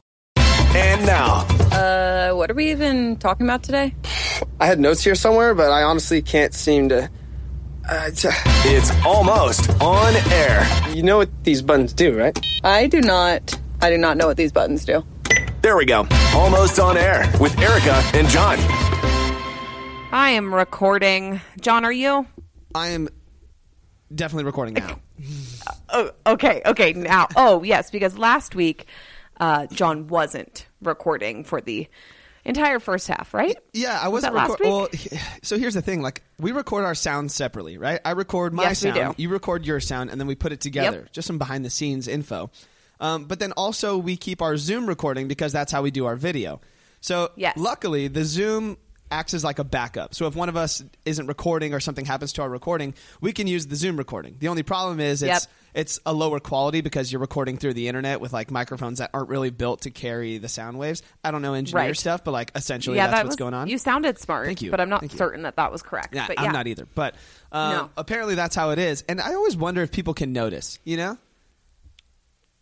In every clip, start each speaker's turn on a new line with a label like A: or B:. A: And now,
B: Uh, what are we even talking about today?
C: I had notes here somewhere, but I honestly can't seem to. Uh, t-
A: it's almost on air.
C: you know what these buttons do, right?
B: I do not. I do not know what these buttons do.
A: There we go. Almost on air with Erica and John.
D: I am recording. John, are you?
E: I am definitely recording now.
D: Oh, okay, okay. Now, oh yes, because last week uh, John wasn't recording for the entire first half, right?
E: Yeah, I
D: Was
E: wasn't
D: that
E: record-
D: last
E: Well, so here's the thing: like we record our sound separately, right? I record my
D: Yes, we
E: sound,
D: do.
E: you record your sound, and then we put it together. Just some behind the scenes info. Um, but then also we keep our Zoom recording because that's how we do our video. So
D: Yes.
E: luckily, the Zoom acts as like a backup. So if one of us isn't recording or something happens to our recording, we can use the Zoom recording. The only problem is it's
D: Yep.
E: it's a lower quality because you're recording through the internet with like microphones that aren't really built to carry the sound waves. I don't know engineer
D: Right.
E: stuff, but like essentially
D: yeah,
E: that's
D: that
E: what's
D: was
E: going on.
D: You sounded smart,
E: Thank you.
D: but I'm not
E: Thank you.
D: certain that that was correct.
E: Yeah,
D: but yeah,
E: I'm not either. But uh,
D: No.
E: apparently that's how it is. And I always wonder if people can notice, you know?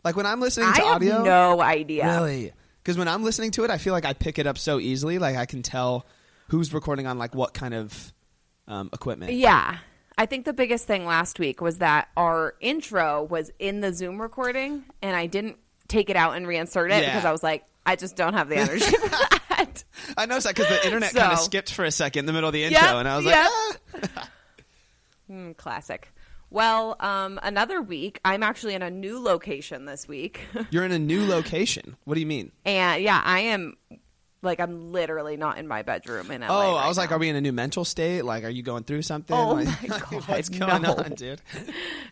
E: Like when I'm listening
D: I
E: to
D: have
E: audio.
D: no idea.
E: Really? Because when I'm listening to it, I feel like I pick it up so easily. Like I can tell who's recording on like what kind of um, equipment.
D: Yeah. I think the biggest thing last week was that our intro was in the Zoom recording and I didn't take it out and reinsert it
E: Yeah.
D: because I was like, I just don't have the energy for that.
E: I noticed that because the internet kind of
D: So-
E: skipped for a second in the middle of the intro. and I was like,
D: yeah.
E: "Ah."
D: Mm, classic. Well, um, another week. I'm actually in a new location this week.
E: you're in a new location. What do you mean?
D: and yeah, I am like I'm literally not in my bedroom in LA.
E: Oh, I
D: right
E: was like,
D: now.
E: are we in a new mental state? Like, are you going through something?
D: Oh
E: Like,
D: my God,
E: what's going
D: no.
E: on, dude?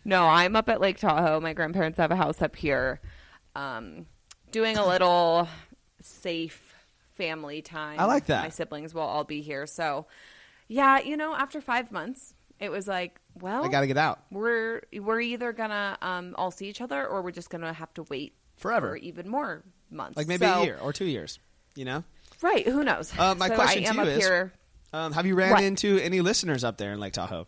D: No, I'm up at Lake Tahoe. My grandparents have a house up here. Um, doing a little safe family time.
E: I like that.
D: My siblings will all be here. So, yeah, you know, after five months, it was like, well,
E: I got to get out.
D: We're we're either gonna um, all see each other, or we're just gonna have to wait
E: Forever.
D: for even more months,
E: like maybe
D: So-
E: a year or two years. You know,
D: right? Who knows?
E: Uh, my
D: So
E: question
D: I am
E: to you
D: up
E: is-
D: here.
E: um, have you ran
D: What?
E: into any listeners up there in Lake Tahoe?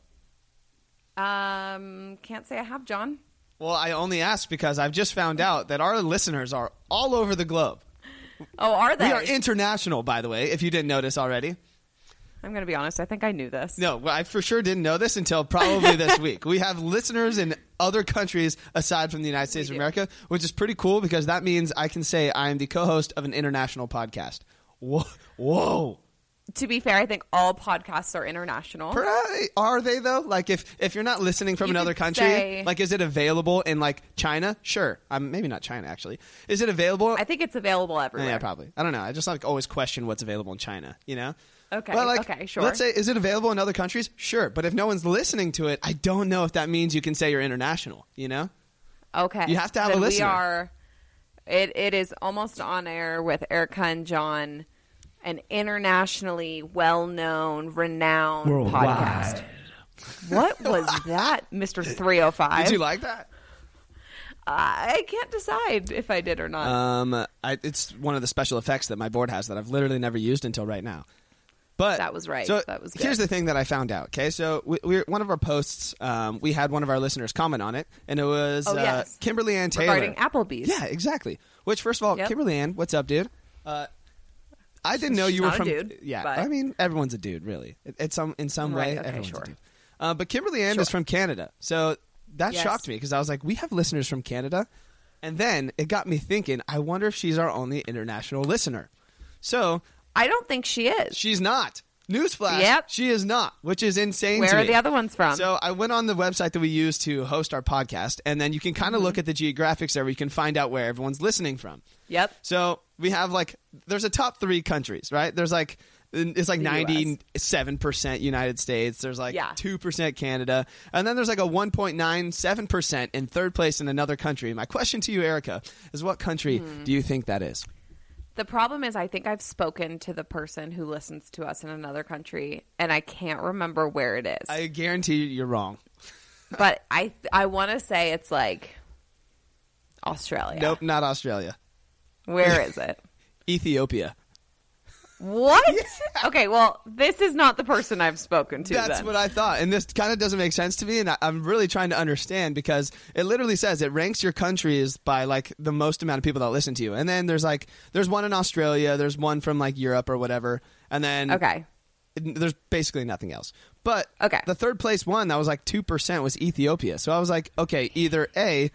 D: Um, can't say I have John.
E: Well, I only ask because I've just found out that our listeners are all over the globe.
D: Oh, are they?
E: We are international, by the way. If you didn't notice already,
D: I'm gonna be honest. I think I knew this.
E: no, well, I for sure didn't know this until probably this week. We have listeners in other countries aside from the United States of America, which is pretty cool because that means I can say I am the co-host of an international podcast. Whoa, whoa.
D: to be fair, I think all podcasts are international.
E: Right. Are they though? Like if if you're not listening from
D: You
E: another
D: could
E: country,
D: say-
E: like is it available in like China? Sure. Um, maybe not China actually. Is it available?
D: I think it's available everywhere.
E: yeah, probably. I don't know. I just like always question what's available in China. You know.
D: Okay,
E: But, like,
D: okay, sure.
E: Let's say is it available in other countries? Sure. But if no one's listening to it, I don't know if that means you can say you're international. You know.
D: Okay.
E: You have to have a
D: Then
E: listener.
D: We are. It it is almost on air with Erica and John, an internationally well-known, renowned podcast. What was that, Mister Three Hundred Five?
E: Did you like that?
D: I can't decide if I did or not.
E: Um, I, it's one of the special effects that my board has that I've literally never used until right now. But
D: That was right.
E: So
D: That was
E: here's
D: good.
E: the thing that I found out. Okay, so we, we one of our posts, um, we had one of our listeners comment on it, and it was
D: Oh,
E: uh,
D: yes.
E: Kimberly Ann Taylor
D: Regarding Applebee's.
E: Yeah, exactly. Which, first of all,
D: Yep.
E: Kimberly Ann, what's up, dude? Uh, I didn't know
D: She's
E: you were
D: not a
E: from.
D: dude,
E: yeah,
D: but-
E: I mean, everyone's a dude, really. It- It's some in some way,
D: Right, okay,
E: everyone's
D: sure.
E: a dude. Uh, but Kimberly Ann is from Canada, so that
D: Yes.
E: shocked me because I was like, we have listeners from Canada, and then it got me thinking. I wonder if she's our only international listener. So
D: I don't think she is.
E: She's not. Newsflash.
D: Yep.
E: She is not, which is insane.
D: Where
E: to
D: are
E: me.
D: the other ones from?
E: So I went on the website that we use to host our podcast, and then you can kind of
D: Mm-hmm.
E: look at the geographics there where you can find out where everyone's listening from.
D: Yep.
E: So we have like, there's a top three countries, right? There's like, it's like
D: US.
E: 97% United States. There's like
D: Yeah.
E: 2% Canada. And then there's like a 1.97% in third place in another country. My question to you, Erica, is what country do you think that is?
D: The problem is, I think I've spoken to the person who listens to us in another country, and I can't remember where it is.
E: I guarantee you're wrong.
D: but I I want to say it's like Australia.
E: Nope, not Australia.
D: Where is it?
E: Ethiopia.
D: What? Okay, well, this is not the person I've spoken to.
E: That's
D: then.
E: what I thought. And this kind of doesn't make sense to me. And I, I'm really trying to understand because it literally says it ranks your countries by like the most amount of people that listen to you. And then there's like, there's one in Australia, there's one from like Europe or whatever. And then
D: okay.
E: it- there's basically nothing else. But
D: Okay.
E: the third place one that was like 2% was Ethiopia. So I was like, okay, either A,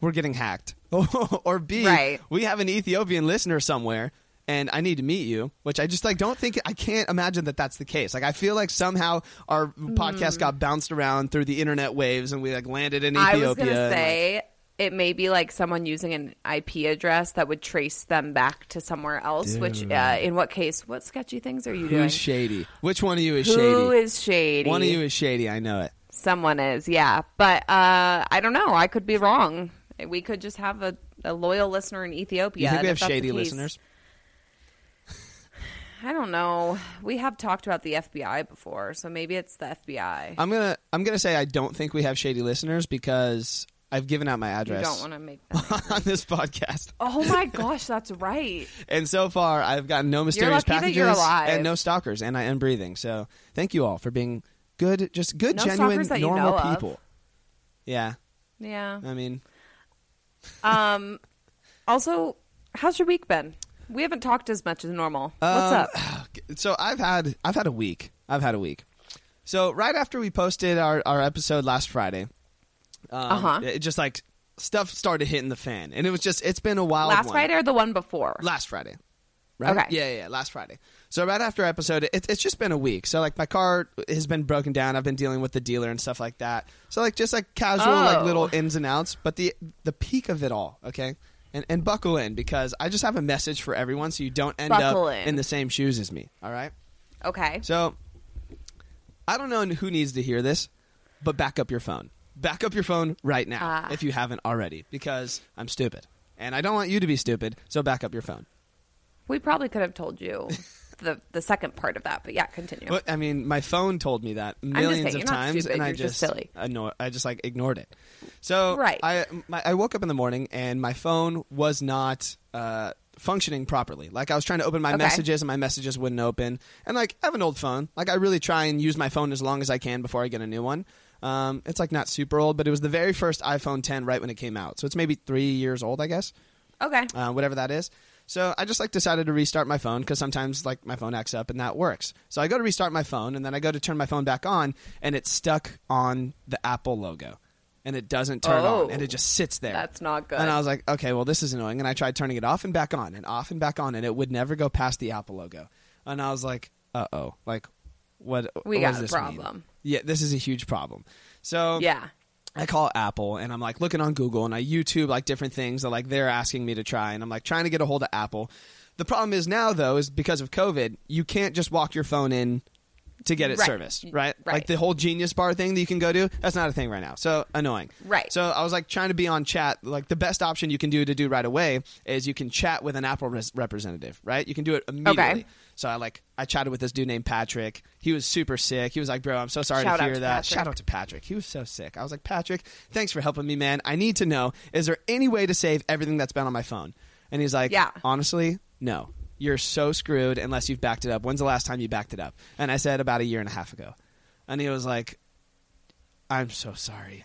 E: we're getting hacked, or B,
D: Right.
E: we have an Ethiopian listener somewhere and I need to meet you, which I just like don't think I can't imagine that that's the case. Like I feel like somehow our podcast got bounced around through the internet waves and we like landed in Ethiopia.
D: Mm. I was going
E: and,
D: to
E: like-
D: say it may be like someone using an IP address that would trace them back to somewhere else, which, uh, in what case, what sketchy things are you doing?
E: who's shady? Which one of you is shady?
D: Who is shady?
E: One of you is shady, I know it.
D: Someone is, yeah. But uh, I don't know. I could be wrong. We could just have a, a loyal listener in Ethiopia.
E: You think
D: and
E: we
D: if
E: have
D: that's the
E: shady
D: case-
E: listeners?
D: I don't know. We have talked about the FBI before, so maybe it's the FBI.
E: I'm gonna I'm gonna say I don't think we have shady listeners because I've given out my
D: you
E: address
D: don't want to make that.
E: on this podcast,
D: oh my gosh, that's right.
E: and so far I've gotten no mysterious
D: lucky that
E: packages
D: you're alive.
E: and no stalkers, and I am breathing. So thank you all for being good, just good,
D: No
E: genuine,
D: stalkers that you
E: normal
D: know of.
E: people. Yeah,
D: Yeah.
E: I mean,
D: Um, also, how's your week been? We haven't talked as much as normal.
E: Um,
D: What's up?
E: so I've had I've had a week. I've had a week. So right after we posted our, our episode last Friday, um,
D: Uh-huh.
E: it just like stuff started hitting the fan, and it was just it's been a while.
D: Last Friday or the one before?
E: last Friday. Right?
D: Okay.
E: Yeah, yeah, yeah, last Friday. So right after episode, it, it's just been a week. So like my car has been broken down. I've been dealing with the dealer and stuff like that. So like just like casual like
D: Oh.
E: little ins and outs. But the the peak of it all, okay, and and buckle in because I just have a message for everyone, so you don't end
D: Buckle
E: up
D: in.
E: in the same shoes as me. All right.
D: okay.
E: So I don't know who needs to hear this, but back up your phone. Back up your phone right now
D: Ah.
E: if you haven't already because I'm stupid. And I don't want you to be stupid, so back up your phone.
D: we probably could have told you the the second part of that, but yeah, continue.
E: But I mean, my phone told me that millions
D: saying,
E: of
D: you're not
E: times,
D: stupid,
E: and I
D: you're just
E: just
D: silly.
E: anno- I just like ignored it. So
D: Right.
E: I my, I woke up in the morning and my phone was not uh, functioning properly. Like I was trying to open my
D: Okay.
E: messages and my messages wouldn't open. And like I have an old phone. Like I really try and use my phone as long as I can before I get a new one. Um, it's like not super old, but it was the very first iPhone 10 right when it came out, so it's maybe three years old, I guess
D: Okay.
E: uh, whatever that is. So I just like decided to restart my phone because sometimes like my phone acts up and that works. So I go to restart my phone and then I go to turn my phone back on and it's stuck on the Apple logo and it doesn't turn
D: Oh.
E: on and it just sits there.
D: That's not good.
E: And I was like, okay, well this is annoying. And I tried turning it off and back on and off and back on and it would never go past the Apple logo. And I was like, uh oh, like what?
D: We
E: what
D: got
E: does
D: a
E: this mean?
D: problem.
E: Yeah, this is a huge problem. So
D: yeah.
E: I call Apple and I'm like looking on Google and I YouTube like different things that like they're asking me to try and I'm like trying to get a hold of Apple. The problem is now though is because of COVID, you can't just walk your phone in to get it
D: Right.
E: serviced, right?
D: Right.
E: Like the whole Genius Bar thing that you can go to, that's not a thing right now. So annoying.
D: Right.
E: So I was like trying to be on chat. Like the best option you can do to do right away is you can chat with an Apple res- representative, right? You can do it immediately. So I like I chatted with this dude named Patrick. He was super sick. He was like, "Bro, I'm so sorry
D: Shout
E: to
D: out
E: hear
D: to
E: that."
D: Patrick.
E: Shout out to Patrick. He was so sick. I was like, "Patrick, thanks for helping me, man. I need to know is there any way to save everything that's been on my phone?" And he's like,
D: Yeah.
E: honestly, no. You're so screwed unless you've backed it up. When's the last time you backed it up?" And I said about a year and a half ago. And he was like, "I'm so sorry."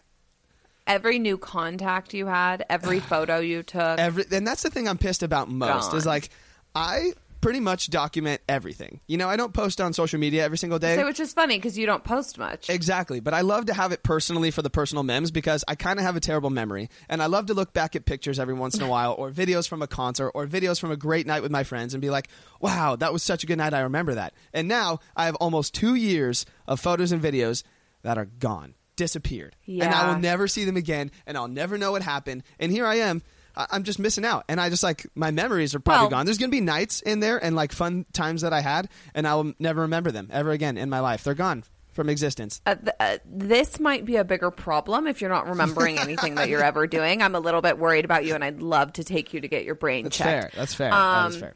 D: Every new contact you had, every photo you took.
E: every and that's the thing I'm pissed about most
D: Gone.
E: is like I pretty much document everything. You know, I don't post on social media every single day.
D: so, which is funny because you don't post much.
E: Exactly, but I love to have it personally for the personal memes because I kind of have a terrible memory, and I love to look back at pictures every once in a while, or videos from a concert, or videos from a great night with my friends, and be like, "Wow, that was such a good night. I remember that." And now I have almost two years of photos and videos that are gone, disappeared, and I
D: Yeah.
E: will never see them again, and I'll never know what happened. And here I am. I- I'm just missing out, and I just like my memories are probably
D: Well-
E: gone. There's gonna be nights in there and like fun times that I had, and I will never remember them ever again in my life. They're gone from existence.
D: uh, th- uh, this might be a bigger problem if you're not remembering anything that you're ever doing. I'm a little bit worried about you, and I'd love to take you to get your brain
E: That's fair.
D: checked.
E: That's fair. That is
D: Um,
E: fair.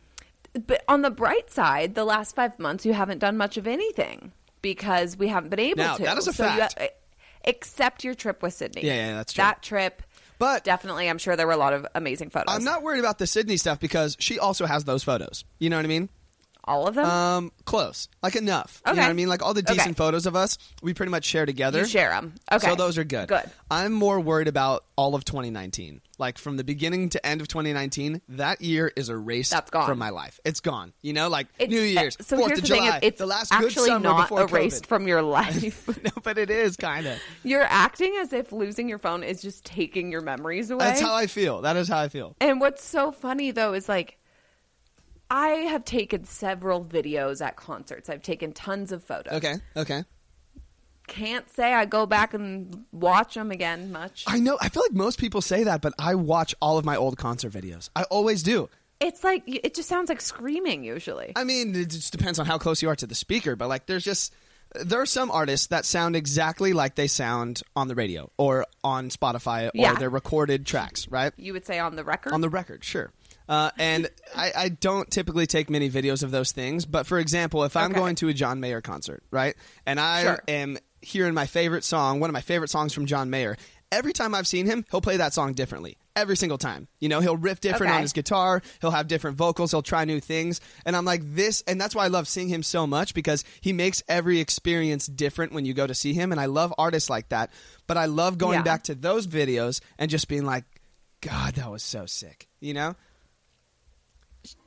D: But on the bright side, the last five months you haven't done much of anything because we haven't been able
E: Now,
D: to.
E: that is a
D: you ha-
E: fact.
D: eh, except your trip with Sydney.
E: Yeah, yeah, that's true.
D: That trip,
E: But-
D: definitely, I'm sure there were a lot of amazing photos.
E: I'm not worried about the Sydney stuff because she also has those photos. You know what I mean?
D: all of them.
E: Um, close. Like enough. You
D: Okay.
E: know what I mean? Like all the decent
D: Okay.
E: photos of us, we pretty much share together.
D: You share 'em. Okay.
E: So those are good.
D: Good.
E: I'm more worried about all of 2019. Like from the beginning to end of 2019, that year is erased
D: That's gone.
E: from my life. It's gone. You know, like
D: It's-
E: New
D: uh,
E: Year's,
D: So
E: Fourth
D: here's
E: of
D: the
E: July,
D: thing: it's
E: the last good
D: actually
E: summer
D: not
E: before
D: erased
E: COVID.
D: from your life.
E: no, but it is kind of.
D: You're acting as if losing your phone is just taking your memories away.
E: That's how I feel. That is how I feel.
D: And what's so funny though is like I have taken several videos at concerts. I've taken tons of photos.
E: Okay. Okay.
D: Can't say I go back and watch them again much.
E: I know. I feel like most people say that, but I watch all of my old concert videos. I always do.
D: It's like it just sounds like screaming usually.
E: I mean, it just depends on how close you are to the speaker, but like, there's just there are some artists that sound exactly like they sound on the radio or on Spotify or
D: Yeah.
E: their recorded tracks, right?
D: you would say on the record.
E: On the record, sure. Uh, and I, I don't typically take many videos of those things, but for example, if I'm
D: Okay.
E: going to a John Mayer concert, right, and I
D: Sure.
E: am hearing my favorite song, one of my favorite songs from John Mayer, every time I've seen him, he'll play that song differently. Every single time. You know, he'll riff different on
D: Okay.
E: his guitar, he'll have different vocals, he'll try new things. And I'm like, this, and that's why I love seeing him so much because he makes every experience different when you go to see him. And I love artists like that, but I love going
D: Yeah.
E: back to those videos and just being like, God, that was so sick. You know?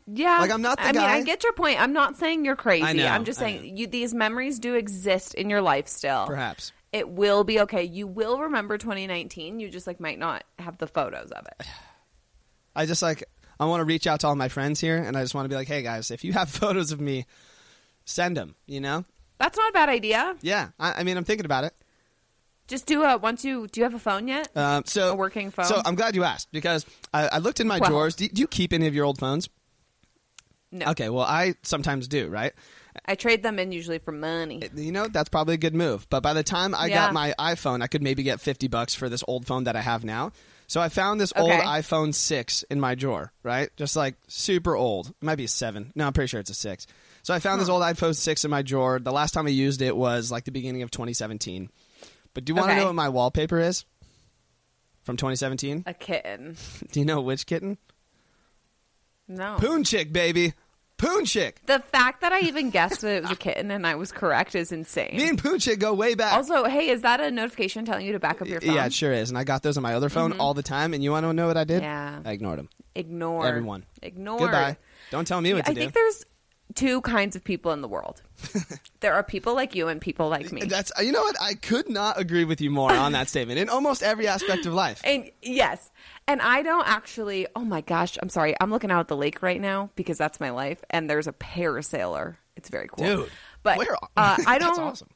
D: yeah.
E: like, I'm not the
D: I mean,
E: guy-
D: I get your point. I'm not saying you're crazy.
E: I know,
D: I'm just
E: I
D: saying you these memories do exist in your life still.
E: Perhaps.
D: It will be okay. You will remember 2019. You just like might not have the photos of it.
E: I just like I want to reach out to all my friends here, and I just want to be like, hey guys, if you have photos of me, send them. You know?
D: That's not a bad idea.
E: Yeah. I, I mean, I'm thinking about it.
D: Just do a once you do you have a phone yet?
E: Um, so
D: A working phone?
E: So I'm glad you asked because I, I looked in my
D: Well-
E: drawers. Do, do you keep any of your old phones?
D: no,
E: Okay. Well, I sometimes do. Right.
D: I trade them in usually for money.
E: You know, that's probably a good move. But by the time I
D: Yeah.
E: got my iPhone, I could maybe get 50 bucks for this old phone that I have now. So I found this old
D: Okay.
E: iPhone 6 in my drawer, right? Just like super old. It might be a 7. No, I'm pretty sure it's a 6. So I found this old iPhone 6 in my drawer. The last time I used it was like the beginning of 2017. But do you want to
D: Okay.
E: know what my wallpaper is from 2017?
D: a kitten.
E: Do you know which kitten?
D: No.
E: Poon Chick, baby. Poon Chick.
D: The fact that I even guessed that it was a kitten and I was correct is insane.
E: Me and Poon Chick go way back.
D: also, hey, is that a notification telling you to back up your phone? Mm-hmm.
E: Yeah, it sure is. And I got those on my other phone all the time. And you want to know what I did?
D: Yeah.
E: I ignored them.
D: Ignore
E: Everyone.
D: Ignore.
E: Goodbye. Don't tell me what to
D: I
E: do.
D: think there's two kinds of people in the world. there are people like you and people like me.
E: That's you know what I could not agree with you more on that statement in almost every aspect of life.
D: And yes, and I don't actually. Oh my gosh, I'm sorry. I'm looking out at the lake right now because that's my life. And there's a parasailer. It's very cool.
E: Dude,
D: but
E: where-
D: uh, I don't.
E: That's awesome.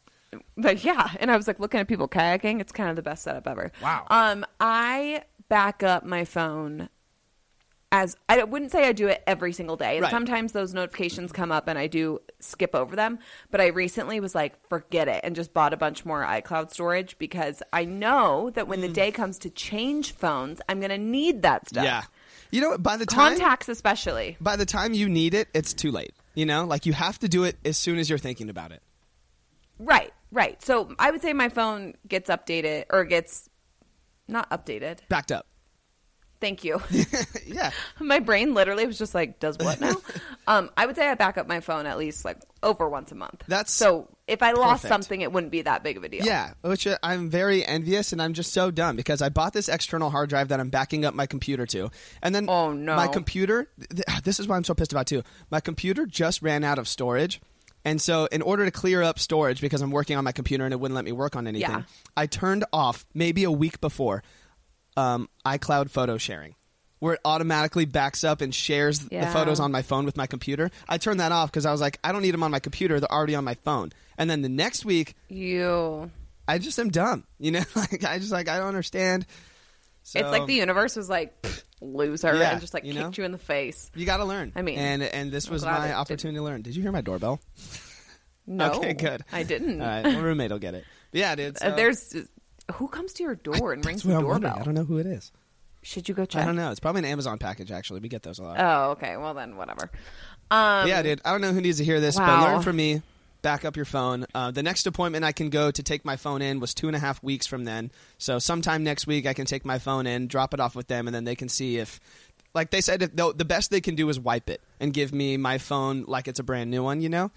D: But yeah, and I was like looking at people kayaking. It's kind of the best setup ever.
E: Wow.
D: Um, I back up my phone. As I don't- wouldn't say I do it every single day, and
E: Right.
D: sometimes those notifications come up and I do skip over them. But I recently was like, forget it, and just bought a bunch more iCloud storage because I know that when the
E: Mm.
D: day comes to change phones, I'm going to need that stuff.
E: Yeah. You know what? By the time
D: Contacts, especially.
E: by the time you need it, it's too late. You know, like you have to do it as soon as you're thinking about it.
D: Right, right. So I would say my phone gets updated or gets not updated.
E: Backed up.
D: Thank you.
E: Yeah.
D: my brain literally was just like, does what now? um, I would say I back up my phone at least like over once a month.
E: That's
D: so if I lost
E: perfect.
D: something, it wouldn't be that big of a deal.
E: Yeah, which uh, I'm very envious, and I'm just so dumb because I bought this external hard drive that I'm backing up my computer to, and then
D: Oh, no.
E: my computer. Th- th- this is why I'm so pissed about too. My computer just ran out of storage, and so in order to clear up storage because I'm working on my computer and it wouldn't let me work on anything,
D: Yeah.
E: I turned off maybe a week before um, iCloud photo sharing. Where it automatically backs up and shares the
D: Yeah.
E: photos on my phone with my computer. I turned that off because I was like, I don't need them on my computer. They're already on my phone. And then the next week,
D: You.
E: I just am dumb. You know, like I just like I don't understand. So,
D: it's like the universe was like, "Pfft, loser,
E: Yeah,
D: and just like
E: you know?
D: kicked you in the face.
E: you got to learn.
D: I mean,
E: and and this was
D: glad
E: my
D: it
E: opportunity to learn. Did you hear my doorbell?
D: No.
E: Okay, good.
D: I didn't.
E: All right, my roommate will get it. But yeah, dude.
D: Uh,
E: so-
D: there's uh, who comes to your door and rings
E: That's
D: the
E: what I'm wondering. I
D: doorbell.
E: don't know who it is.
D: Should you go check?
E: I don't know. It's probably an Amazon package. Actually, we get those a lot.
D: Oh, okay. Well then, whatever. Um,
E: yeah, dude. I don't know who needs to hear this, but
D: Wow.
E: learn from me. Back up your phone. Uh, the next appointment I can go to take my phone in was two and a half weeks from then. So sometime next week I can take my phone in, drop it off with them, and then they can see if, like they said, if the, the best they can do is wipe it and give me my phone like it's a brand new one. You know.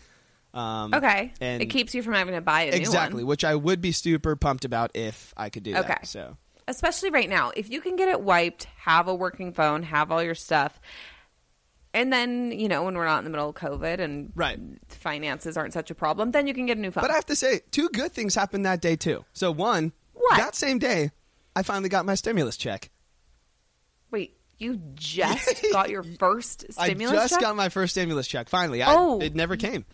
E: Um,
D: Okay.
E: And
D: it keeps you from having to buy a
E: exactly,
D: new one.
E: which I would be super pumped about if I could do that.
D: Okay.
E: So
D: Especially right now, if you can get it wiped, have a working phone, have all your stuff, and then you know when we're not in the middle of COVID and
E: Right.
D: finances aren't such a problem, then you can get a new phone.
E: But I have to say, two good things happened that day too. So one,
D: What?
E: that same day, I finally got my stimulus check.
D: Wait, you just got your first stimulus
E: I just
D: check?
E: got my first stimulus check. Finally,
D: Oh.
E: I, it never came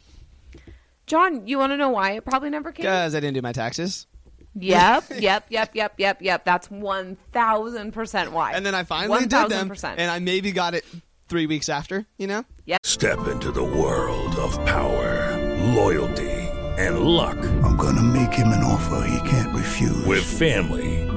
D: John, you want to know why it probably never came?
E: because I didn't do my taxes.
D: Yep, yep, yep, yep, yep, yep. That's one thousand percent why.
E: And then I finally did them,
D: 1000%.
E: and I maybe got it three weeks after. You know,
F: Step into the world of power, loyalty, and luck.
G: I'm gonna make him an offer he can't refuse.
F: With family,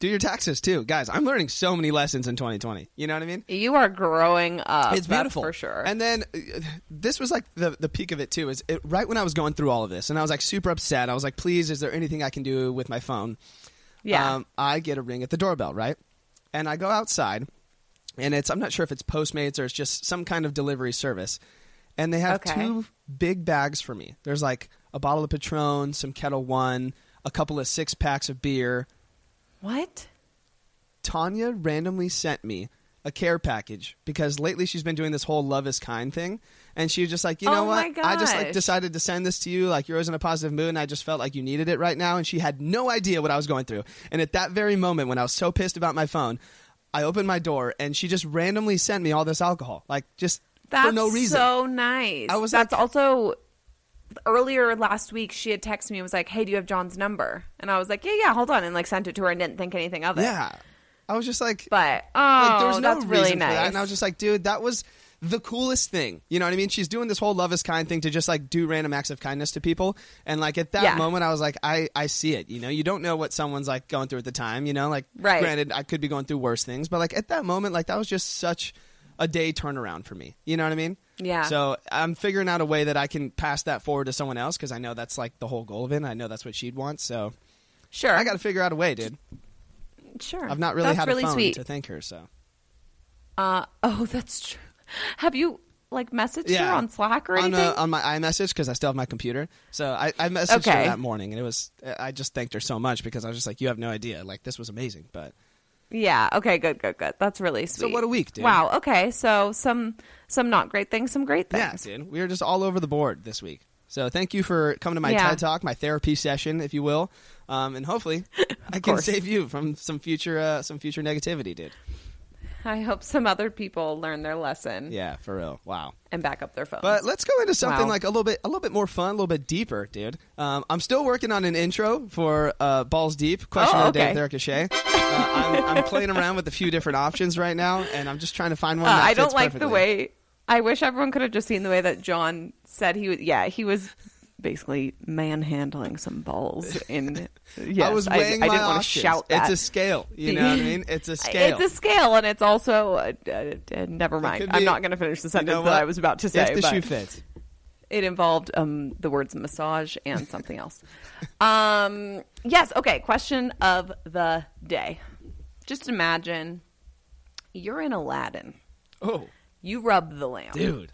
E: do your taxes too, guys. I'm learning so many lessons in 2020. You know what I mean?
D: you are growing up.
E: it's beautiful
D: that's for sure.
E: And then uh, this was like the the peak of it too. Is it, right when I was going through all of this, and I was like super upset. I was like, please, is there anything I can do with my phone? Um,
D: yeah,
E: I get a ring at the doorbell, right? And I go outside, and it's I'm not sure if it's Postmates or it's just some kind of delivery service. And they have
D: Okay.
E: two big bags for me. There's like a bottle of Patron, some Kettle One, a couple of six packs of beer.
D: what?
E: Tanya randomly sent me a care package because lately she's been doing this whole love is kind thing. And she was just like, you know
D: Oh my
E: what? I just like
D: gosh.
E: decided to send this to you. Like you're always in a positive mood and I just felt like you needed it right now. And she had no idea what I was going through. And at that very moment when I was so pissed about my phone, I opened my door and she just randomly sent me all this alcohol. Like just
D: That's
E: for no reason.
D: so nice.
E: I was
D: That's
E: like-
D: also earlier last week. She had texted me and was like, "Hey, do you have John's number?" And I was like, "Yeah, yeah, hold on," and like sent it to her and didn't think anything of it.
E: yeah. I was just like
D: But oh,
E: Like, there was no
D: that's
E: reason
D: really
E: for
D: nice.
E: that. And I was just like, dude, that was the coolest thing. You know what I mean? She's doing this whole love is kind thing to just like do random acts of kindness to people. And like at that
D: Yeah.
E: moment, I was like, I, I see it. You know, you don't know what someone's like going through at the time, you know, like
D: Right.
E: granted, I could be going through worse things, but like at that moment, like that was just such a day turnaround for me. You know what I mean?
D: Yeah.
E: So I'm figuring out a way that I can pass that forward to someone else because I know that's like the whole goal of it. And I know that's what she'd want. So
D: sure,
E: I got to figure out a way, dude.
D: sure.
E: I've not really
D: that's
E: had
D: really
E: a phone
D: sweet.
E: to thank her. So
D: Uh, oh, that's true. Have you like messaged her on Slack or
E: on,
D: anything?
E: uh, on my iMessage because I still have my computer. So I, I messaged her
D: Okay.
E: that morning, and it was I just thanked her so much because I was just like, you have no idea, like this was amazing. But
D: yeah. Okay. Good. Good. Good. That's really sweet.
E: what a week, dude.
D: Wow. Okay. So some some not great things, some great
E: yeah,
D: things.
E: dude, we were just all over the board this week. So thank you for coming to my
D: Yeah.
E: TED Talk, my therapy session, if you will, um, and hopefully I can
D: course.
E: save you from some future uh, some future negativity, dude.
D: I hope some other people learn their lesson
E: Yeah, for real. Wow.
D: and back up their phones.
E: But Uh, let's go into something
D: Wow.
E: like a little bit, a little bit more fun, a little bit deeper, dude. Um, I'm still working on an intro for uh, Balls Deep. Question
D: Oh,
E: of the day
D: okay.
E: with Erica Shea. Uh, I'm, I'm playing around with a few different options right now, and I'm just trying to find one.
D: Uh,
E: that
D: I don't
E: fits
D: like the
E: perfectly.
D: way. I wish everyone could have just seen the way that John said he was. Yeah, he was basically manhandling some balls in. Yes,
E: I was
D: I,
E: weighing
D: I
E: my
D: didn't want to
E: options.
D: shout that.
E: It's a scale, you know what I mean? It's a scale.
D: It's a scale, and it's also. Uh, uh, uh, never mind.
E: could
D: I'm
E: be-
D: not going to finish the
E: You
D: sentence
E: know
D: that
E: what?
D: I was about to say.
E: If the
D: but
E: shoe fits.
D: It involved um, the words massage and something else. um, yes, okay. Question of the day. Just imagine you're in Aladdin.
E: Oh.
D: You rub the lamp.
E: Dude.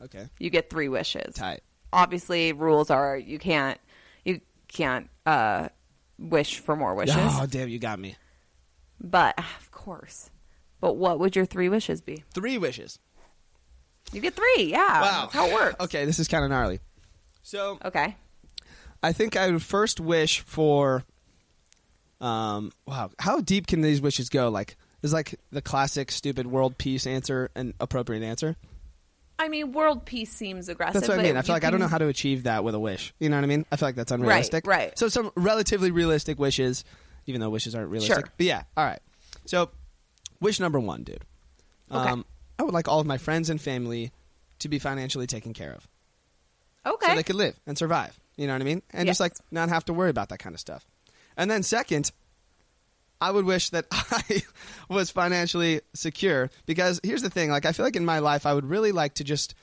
E: Okay.
D: You get three wishes.
E: Tight.
D: Obviously, rules are you can't you can't uh, wish for more wishes.
E: Oh, damn, you got me.
D: But ah, of course. But what would your three wishes be?
E: Three wishes.
D: You get three, yeah.
E: Wow.
D: Uh, That's how it works.
E: Okay, this is kind of gnarly. So
D: Okay.
E: I think I would first wish for. Um. Wow. How deep can these wishes go? Like, is like the classic stupid world peace answer an appropriate answer?
D: I mean, world peace seems aggressive.
E: That's what I
D: but
E: mean. I feel
D: you
E: like I don't
D: can-
E: know how to achieve that with a wish. You know what I mean? I feel like that's unrealistic.
D: right.
E: So some relatively realistic wishes, even though wishes aren't realistic.
D: Sure.
E: But yeah, all right. So wish number one, dude. Um,
D: Okay.
E: I would like all of my friends and family to be financially taken care of.
D: Okay.
E: So they could live and survive. You know what I mean? And just like not have to worry about that kind of stuff. And then second, I would wish that I was financially secure because here's the thing, like I feel like in my life I would really like to just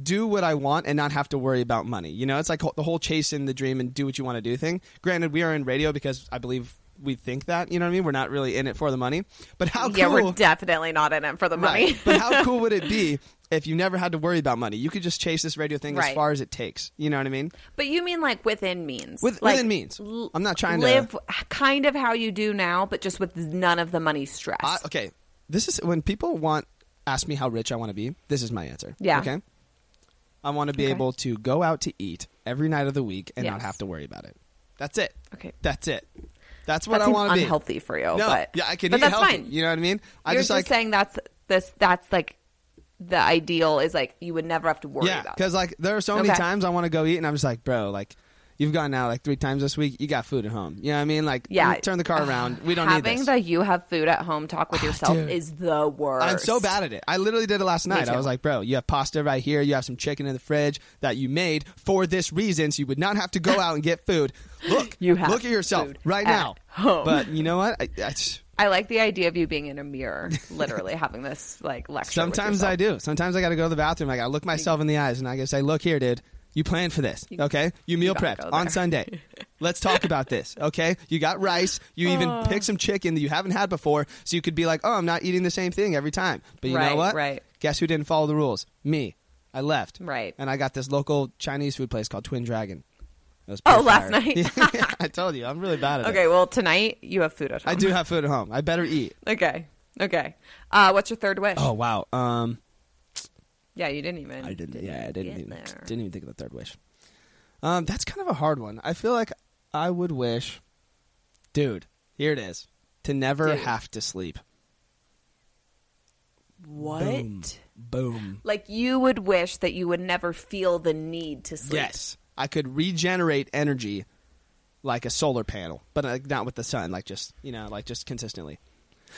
E: do what I want and not have to worry about money. You know, it's like the whole chasing the dream and do what you want to do thing. Granted, we are in radio because I believe we think that, you know what I mean? We're not really in it for the money. But how
D: Yeah,
E: cool
D: we're definitely not in it for the money.
E: Right. but how cool would it be if you never had to worry about money? You could just chase this radio thing as
D: Right.
E: far as it takes. You know what I mean?
D: But you mean like within means?
E: With-
D: Like,
E: within means.
D: l-
E: I'm not trying to-
D: live kind of how you do now, but just with none of the money stress.
E: I, okay, this is when people want ask me how rich I want to be. This is my answer.
D: Yeah.
E: Okay. I want to be
D: Okay.
E: able to go out to eat every night of the week and not
D: Yes.
E: have to worry about it. That's it.
D: Okay.
E: That's it. That's what
D: That
E: I
D: seems
E: want to be.
D: unhealthy for you,
E: No,
D: but-
E: yeah, I can
D: but
E: eat
D: that's
E: healthy.
D: fine.
E: You know what I mean? I
D: You're
E: just like
D: saying that's this. That's like the ideal is like you would never have to worry
E: yeah,
D: about.
E: because like there are so many
D: Okay.
E: times I want to go eat and I'm just like, bro, like you've gone out like three times this week. You got food at home. You know what I mean? Like,
D: Yeah.
E: turn the car around. We don't need
D: having
E: this. Ah,
D: the you have food at home talk with yourself
E: dude.
D: is the worst.
E: I'm so bad at it. I literally did it last night. I
D: too.
E: was like, bro, you have pasta right here. You have some chicken in the fridge that you made for this reason, so you would not have to go out and get food. Look,
D: You have
E: look at yourself
D: food
E: right
D: at
E: now.
D: home.
E: But you know what? I, I just-
D: I like the idea of you being in a mirror, literally having this like lecture. with
E: sometimes
D: yourself.
E: I do. Sometimes I got to go to the bathroom. I got to look myself in the eyes and I got to say, look here, dude. You planned for this, okay? You meal
D: gotta
E: prepped
D: go
E: on
D: there.
E: Sunday. Let's talk about this, okay? You got rice. You even
D: Oh.
E: picked some chicken that you haven't had before, so you could be like, oh, I'm not eating the same thing every time. But you know
D: Right,
E: what?
D: right.
E: Guess who didn't follow the rules? Me. I left.
D: Right.
E: And I got this local Chinese food place called Twin Dragon. It was
D: Oh,
E: pretty
D: last
E: fire.
D: night?
E: Yeah, I told you, I'm really bad at it.
D: Okay, well tonight you have food at home.
E: I do have food at home. I better eat.
D: Okay. Okay. Uh, what's your third wish?
E: Oh wow. Um,
D: Yeah, you didn't even.
E: I didn't. Yeah, I
D: get
E: didn't even
D: there.
E: didn't even think of the third wish. Um, that's kind of a hard one. I feel like I would wish, dude. Here it is: to never
D: Dude.
E: have to sleep.
D: What?
E: Boom. Boom.
D: Like you would wish that you would never feel the need to sleep.
E: Yes, I could regenerate energy like a solar panel, but like not with the sun. Like just you know, like just consistently.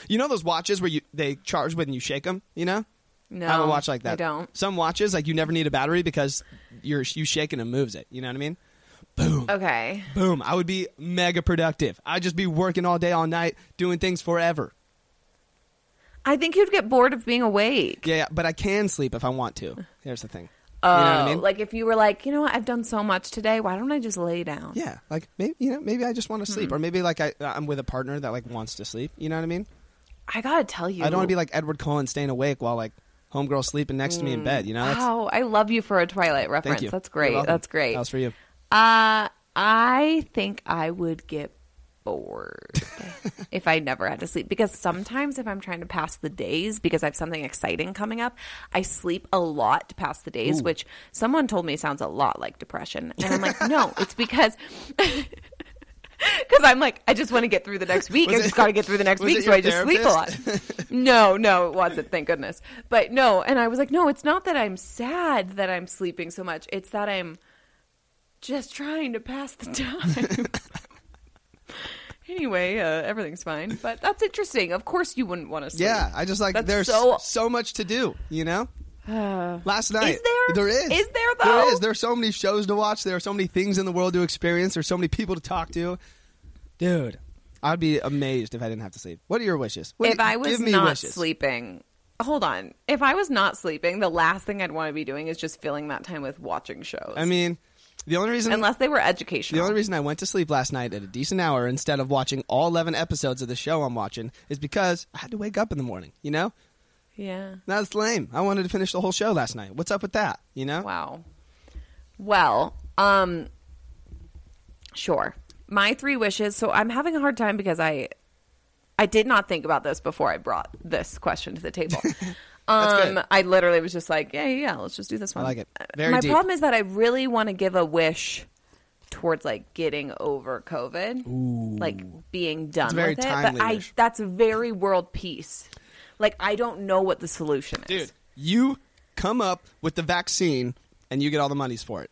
E: You know those watches where you they charge when you shake them. You know.
D: No,
E: I have a watch like that.
D: I don't.
E: Some watches like you never need a battery because you're you shake it and it moves it. You know what I mean?
D: Okay.
E: Boom. I would be mega productive. I'd just be working all day, all night, doing things forever.
D: I think you'd get bored of being awake.
E: Yeah, yeah, but I can sleep if I want to. Here's the thing.
D: Oh,
E: you know what I mean?
D: like if you were like, you know what, I've done so much today. Why don't I just lay down?
E: yeah, like maybe you know, maybe I just want to
D: Hmm.
E: sleep, or maybe like I, I'm with a partner that like wants to sleep. You know what I mean?
D: I gotta tell you,
E: I don't want to be like Edward Cullen staying awake while like homegirl's sleeping next to me in bed. You know? That's,
D: wow, I love you for a Twilight reference.
E: Thank you.
D: Mm. Ah, That's
E: You're
D: great.
E: welcome.
D: That's great.
E: That was for you.
D: Uh, I think I would get bored if I never had to sleep because sometimes if I'm trying to pass the days because I have something exciting coming up, I sleep a lot to pass the days, which someone told me sounds a lot like depression. And I'm like, no, it's because. Because I'm like, I just want to get through the next week. I
E: Was
D: just
E: it-
D: got to get through the next
E: was
D: week,
E: it
D: so
E: your
D: I just sleep a lot. No, no, it wasn't. Thank goodness. But no, and I was like, no, it's not that I'm sad that I'm sleeping so much. It's that I'm just trying to pass the time. anyway, uh, everything's fine. But that's interesting. Of course, you wouldn't want to sleep.
E: Yeah, I just like
D: That's
E: there's so,
D: so-
E: much to do, you know? Last night.
D: Is there?
E: There is.
D: Is there,
E: There
D: though?
E: is. There are so many shows to watch. There are so many things in the world to experience. There's so many people to talk to. Dude, I'd be amazed if I didn't have to sleep. What are your wishes? What
D: if
E: do you-
D: I was
E: give me
D: not
E: wishes.
D: sleeping, hold on. If I was not sleeping, the last thing I'd want to be doing is just filling that time with watching shows.
E: I mean, the only reason
D: unless they were educational.
E: The only reason I went to sleep last night at a decent hour instead of watching all 11 episodes of the show I'm watching is because I had to wake up in the morning, you know?
D: yeah.
E: That's lame. I wanted to finish the whole show last night. What's up with that, you know?
D: Wow. Well, um sure. My three wishes. So I'm having a hard time because I I did not think about this before I brought this question to the table.
E: That's
D: um I literally was just like, yeah, yeah, yeah, let's just do this
E: I
D: one. Uh,
E: like it. Very
D: My
E: deep.
D: problem is that I really want to give a wish towards like getting over COVID, like being done
E: It's a very
D: with it,
E: timely
D: but I
E: wish.
D: that's very world peace. Like I don't know what the solution is.
E: Dude, you come up with the vaccine and you get all the monies for it.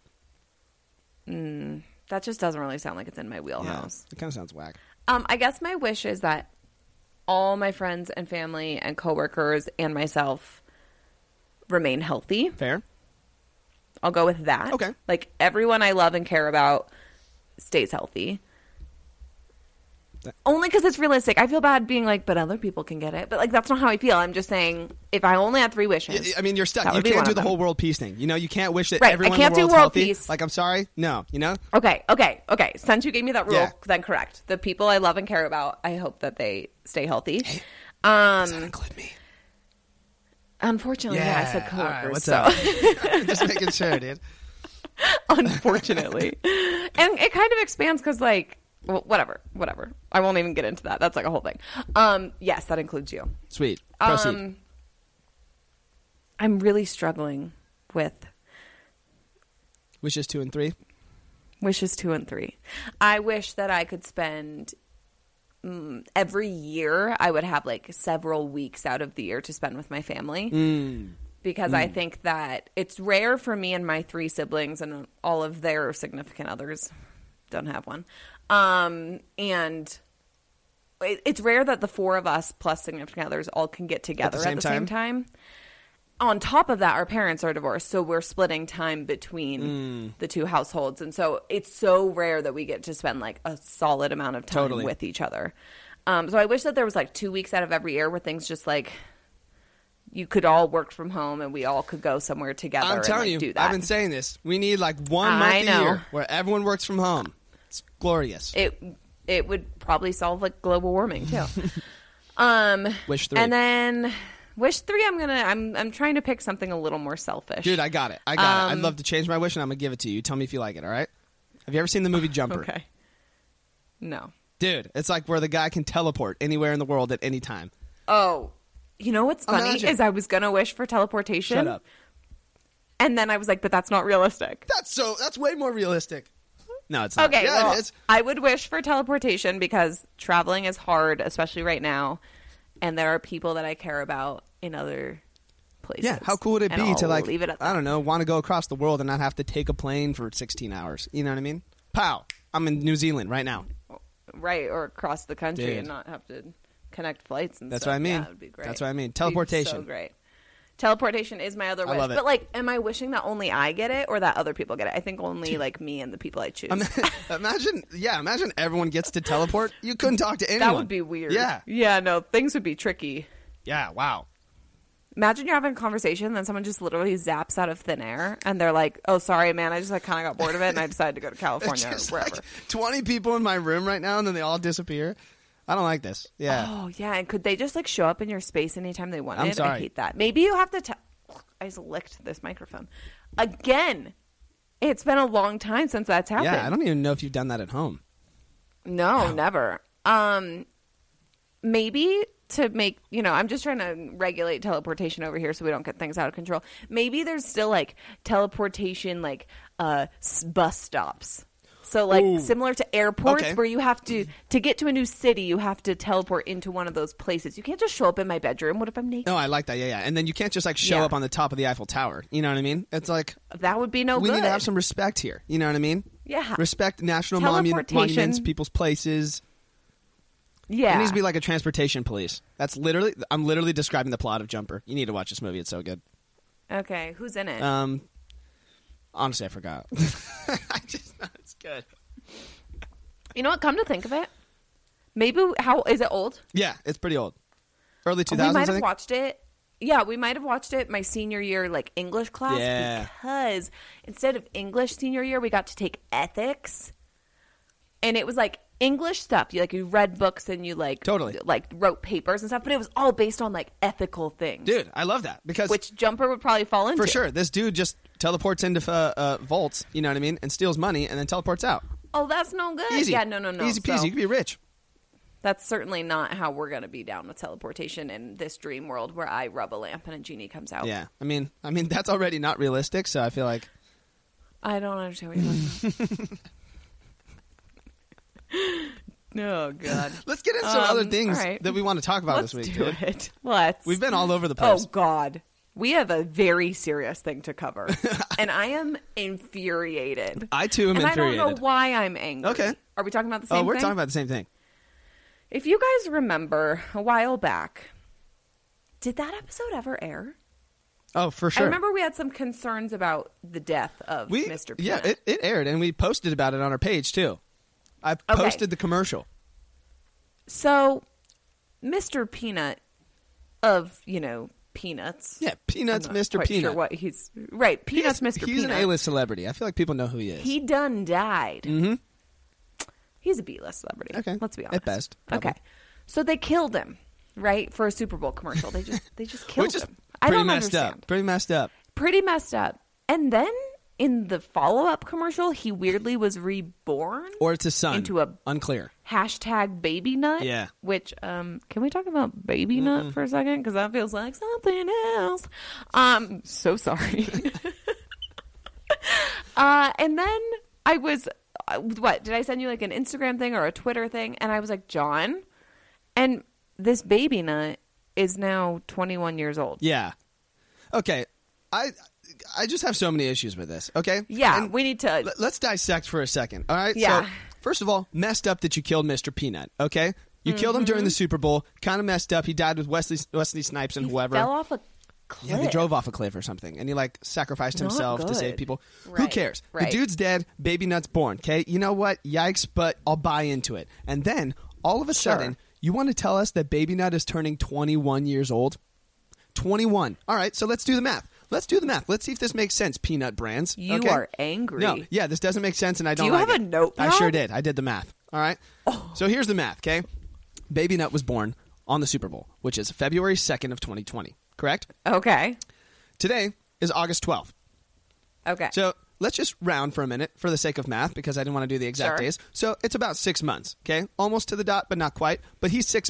D: Mm, that just doesn't really sound like it's in my wheelhouse.
E: It kind of sounds whack.
D: Um, I guess my wish is that all my friends and family and coworkers and myself remain healthy.
E: Fair.
D: I'll go with that. Okay. Like everyone I love and care about stays healthy. Only because it's realistic. I feel bad being like, but other people can get it. But like, that's not how I feel. I'm just saying, if I only had three wishes,
E: I mean, you're stuck.
D: that
E: You
D: would be
E: can't
D: one
E: do
D: of
E: the
D: them.
E: whole world peace thing. You know, you can't wish that
D: Right, I
E: everyone
D: can't
E: in
D: do
E: the world's
D: world
E: healthy.
D: peace.
E: Like, I'm sorry, no. You know,
D: Okay, okay, okay. Since you gave me that rule,
E: Yeah.
D: then correct. The people I love and care about, I hope that they stay healthy. Um, does that
E: include me?
D: Unfortunately, Oh, yeah, I said
E: All right,
D: coworkers.
E: what's
D: so.
E: up? Just making sure, dude.
D: Unfortunately, and it kind of expands because, like, well, whatever, whatever. I won't even get into that. That's like a whole thing. Um, yes, that includes you.
E: Sweet. Proceed.
D: Um, I'm really struggling with
E: Wishes two and three.
D: wishes two and three. I wish that I could spend mm, every year. I would have like several weeks out of the year to spend with my family because I
H: Mm.
D: think that it's rare for me and my three siblings and all of their significant others don't have one. Um, and it, it's rare that the four of us plus significant others all can get together at the,
E: same
D: same, time. On top of that, our parents are divorced, so we're splitting time between the two households. And so it's so rare that we get to spend like a solid amount of time
E: Totally.
D: with each other. Um, so I wish that there was like two weeks out of every year where things just like you could all work from home and we all could go somewhere together.
E: I'm
D: and,
E: telling
D: like,
E: you,
D: do that.
E: I've been saying this. We need like one
D: I
E: month a
D: know.
E: year where everyone works from home. It's glorious.
D: it it would probably solve like global warming too. um,
E: Wish three.
D: and then wish three. I'm gonna I'm I'm trying to pick something a little more selfish,
E: Dude, I got it. I got it.
D: Um,
E: I'd love to change my wish and I'm going to give it to you. Tell me if you like it, all right? Have you ever seen the movie Jumper?
D: Okay. No.
E: Dude, it's like where the guy can teleport anywhere in the world at any time.
D: Oh, you know what's funny
E: Imagine.
D: is I was gonna wish for teleportation.
E: Shut up.
D: And then I was like, but that's not realistic.
E: That's so. That's way more realistic. No, it's not.
D: Okay,
E: Yeah,
D: well,
E: it is.
D: I would wish for teleportation because traveling is hard, especially right now, and there are people that I care about in other places.
E: Yeah, how cool would it
D: And
E: be to
D: I'll
E: like
D: leave it at
E: I don't know, want to go across the world and not have to take a plane for 16 hours. You know what I mean? Pow. I'm in New Zealand right now.
D: right or across the country
E: Dude.
D: and not have to connect flights and
E: That's
D: stuff.
E: what I mean.
D: Yeah, that would be great.
E: That's what I mean.
D: It'd be
E: Teleportation.
D: so great. Teleportation is my other
E: I
D: wish.
E: love it.
D: But like am I wishing that only I get it or that other people get it? I think only like me and the people I choose.
E: imagine, yeah, imagine everyone gets to teleport. You couldn't talk to anyone.
D: That would be weird.
E: Yeah.
D: Yeah, no, things would be tricky.
E: Yeah, wow.
D: Imagine you're having a conversation, then someone just literally zaps out of thin air, and they're like, "Oh, sorry, man, I just like kind of got bored of it, and I decided to go to California or
E: Just
D: wherever."
E: like 20 people in my room right now and then they all disappear. I don't like this. Yeah.
D: Oh yeah, and could they just like show up in your space anytime they wanted? I
E: sorry.
D: hate that. Maybe you have to. T- I just licked this microphone again. It's been a long time since that's happened.
E: yeah, I don't even know if you've done that at home.
D: No, never. Um, maybe to make you know, I'm just trying to regulate teleportation over here so we don't get things out of control. Maybe there's still like teleportation, like uh, s- bus stops. So like
H: Ooh.
D: similar to airports
H: Okay.
D: where you have to to get to a new city, you have to teleport into one of those places. You can't just show up in my bedroom. What if I'm naked?
E: No, I like that. Yeah, yeah. And then you can't just like show
D: Yeah.
E: up on the top of the Eiffel Tower. You know what I mean? It's like
D: That would be no
E: we
D: Oh, good.
E: need to have some respect here. You know what I mean?
D: Yeah.
E: Respect national monu-
D: Teleportation.
E: monuments, people's places.
D: yeah.
E: There needs to be like a transportation police. That's literally. I'm literally describing the plot of Jumper. You need to watch this movie. It's so good.
D: okay, who's in it?
E: Um, honestly, I forgot. I just know it's good.
D: you know what? Come to think of it, maybe how is it old?
E: Yeah, it's pretty old. Early
D: We
E: 2000s.
D: might
E: I
D: have
E: think.
D: watched it.
I: yeah, we might have watched it my senior year, like English class,
E: Yeah.
I: because instead of English senior year, we got to take ethics, and it was like English stuff. You like you read books and you like
E: Totally.
I: like wrote papers and stuff, but it was all based on like ethical things,
E: dude. I love that because
I: which Jumper would probably fall into
E: for sure this dude just teleports into uh, uh, vaults. You know what I mean? And steals money and then teleports out.
I: Oh, that's no good.
E: Easy.
I: Yeah, no, no, no.
E: Easy peasy.
I: So
E: You could be rich.
I: that's certainly not how we're gonna be down with teleportation in this dream world where I rub a lamp and a genie comes out.
E: Yeah. I mean, I mean that's already not realistic. So I feel like
I: I don't understand what you're talking about. oh God.
E: let's get into some
I: Um,
E: other things
I: all right.
E: that we want to talk about
I: Let's
E: this week.
I: do
E: dude.
I: it. Let's.
E: We've been all over the
I: Oh
E: place.
I: God. We have a very serious thing to cover, and I am infuriated.
E: I too am
I: and
E: infuriated.
I: I don't know why I'm angry.
E: Okay.
I: Are we talking about the same?
E: oh, we're
I: thing?
E: talking about the same thing.
I: If you guys remember a while back, did that episode ever air?
E: Oh, for sure.
I: I remember we had some concerns about the death of
E: we,
I: Mr.
E: Yeah,
I: Peanut.
E: it, it aired and we posted about it on our page too. I posted the commercial.
I: So, Mr. Peanut of you know peanuts.
E: Yeah, Peanuts,
I: I'm not
E: Mr.
I: quite sure
E: Peanut.
I: what he's right? Peanuts,
E: He's-
I: Mr.
E: He's
I: Peanut.
E: an A-list celebrity. I feel like people know who he is.
I: He done died.
E: Mhm.
I: He's a B-list celebrity.
E: Okay.
I: let's be honest.
E: At best, probably.
I: Okay, so they killed him right for a Super Bowl commercial. They just they just killed
E: Which is
I: him. I
E: pretty
I: don't
E: messed
I: understand.
E: up. Pretty messed up.
I: Pretty messed up. And then in the follow-up commercial, he weirdly was reborn.
E: Or it's his son.
I: Into a-
E: unclear.
I: hashtag baby nut.
E: Yeah.
I: Which um, can we talk about baby nut for a second? Because that feels like something else. Um, so sorry. uh, and then I was, uh, what did I send you like an Instagram thing or a Twitter thing? And I was like, John, and this baby nut is now 21 years old.
E: Yeah. Okay. I I just have so many issues with this. Okay.
I: Yeah,
E: And
I: we need to.
E: l- let's dissect for a second. All right. So
I: Yeah.
E: first of all, messed up that you killed Mr. Peanut. Okay. You killed him during the Super Bowl. Kind of messed up. He died with Wesley Wesley Snipes and whoever.
I: fell off a cliff.
E: Yeah, they drove off a cliff or something, and he like sacrificed
I: Not
E: himself to save
I: good.
E: people. Who
I: Right,
E: cares?
I: right.
E: The dude's dead. Baby nuts born. Okay, you know what? Yikes! But I'll buy into it. And then all of a sudden, you want to tell us that baby nut is turning 21 years old? 21. All right, so let's do the math. Let's do the math. Let's see if this makes sense. Peanut brands.
I: You
E: okay?
I: are angry.
E: No, yeah, this doesn't make sense, and I
I: Do
E: don't.
I: you
E: like
I: have
E: it.
I: a Oh. notepad?
E: I sure did. I did the math. All right. So here's the math. Okay, baby nut was born on the Super Bowl, which is February 2nd of 2020. Correct.
I: Okay.
E: Today is August 12th.
I: Okay.
E: So let's just round for a minute for the sake of math because I didn't want to do the exact
I: Sure.
E: days. So it's about six months, okay? Almost to the dot, but not quite. But he's six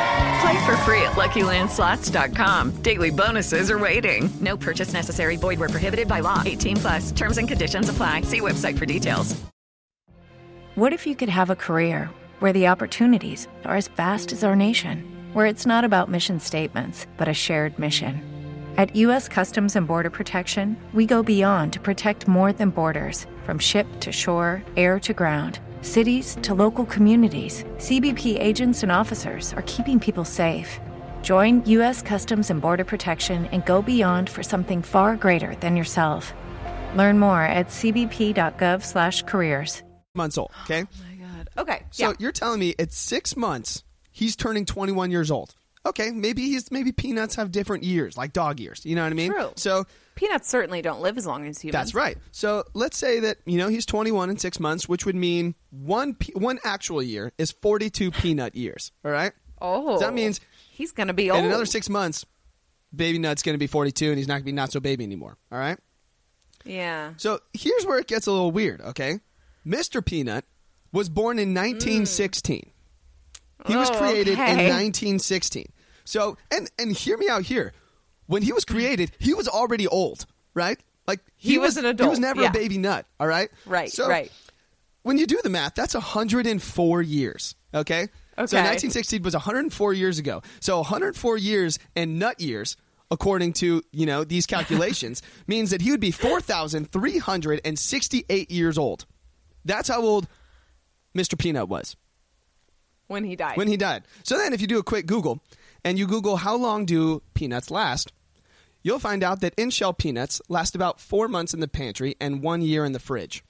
J: Play for free at LuckyLandSlots.com. Daily bonuses are waiting. No purchase necessary. Void were prohibited by law. 18 plus. Terms and conditions apply. See website for details.
D: What if you could have a career where the opportunities are as vast as our nation, where it's not about mission statements, but a shared mission? At U.S. Customs and Border Protection, we go beyond to protect more than borders from ship to shore, air to ground. Cities to local communities, CBP agents and officers are keeping people safe. Join U.S. Customs and Border Protection and go beyond for something far greater than yourself. Learn more at cbp.gov/careers.
E: months old, okay?
I: Oh, Okay.
E: So you're telling me it's six months, he's turning 21 years old. Okay, maybe he's maybe peanuts have different years, like dog years. You know what I mean?
I: True.
E: So
I: Peanuts certainly don't live as long as humans.
E: That's right. So let's say that you know he's 21 in six months, which would mean one pe- one actual year is 42 peanut years. All right.
I: Oh.
E: that means
I: he's going to be old.
E: in another six months. Baby Nut's going to be 42, and he's not going to be not so baby anymore. All right.
I: Yeah.
E: So here's where it gets a little weird. Okay, Mr. Peanut was born in 1916. He was
I: Oh,
E: created in
I: okay.
E: 1916. So and and hear me out here. When he was created, he was already old, right? Like
I: He was an
E: He
I: adult,
E: was never
I: yeah.
E: a baby nut. All right.
I: Right,
E: So
I: right.
E: When you do the math, that's 104 years. Okay. So
I: Okay.
E: 1960 was 104 years ago. So 104 years and nut years, according to you know these calculations, means that he would be 4,368 years old. That's how old Mr. Peanut was.
I: when he died.
E: When he died. So then, if you do a quick Google and you Google how long do peanuts last, you'll find out that in shell peanuts last about four months in the pantry and one year in the fridge.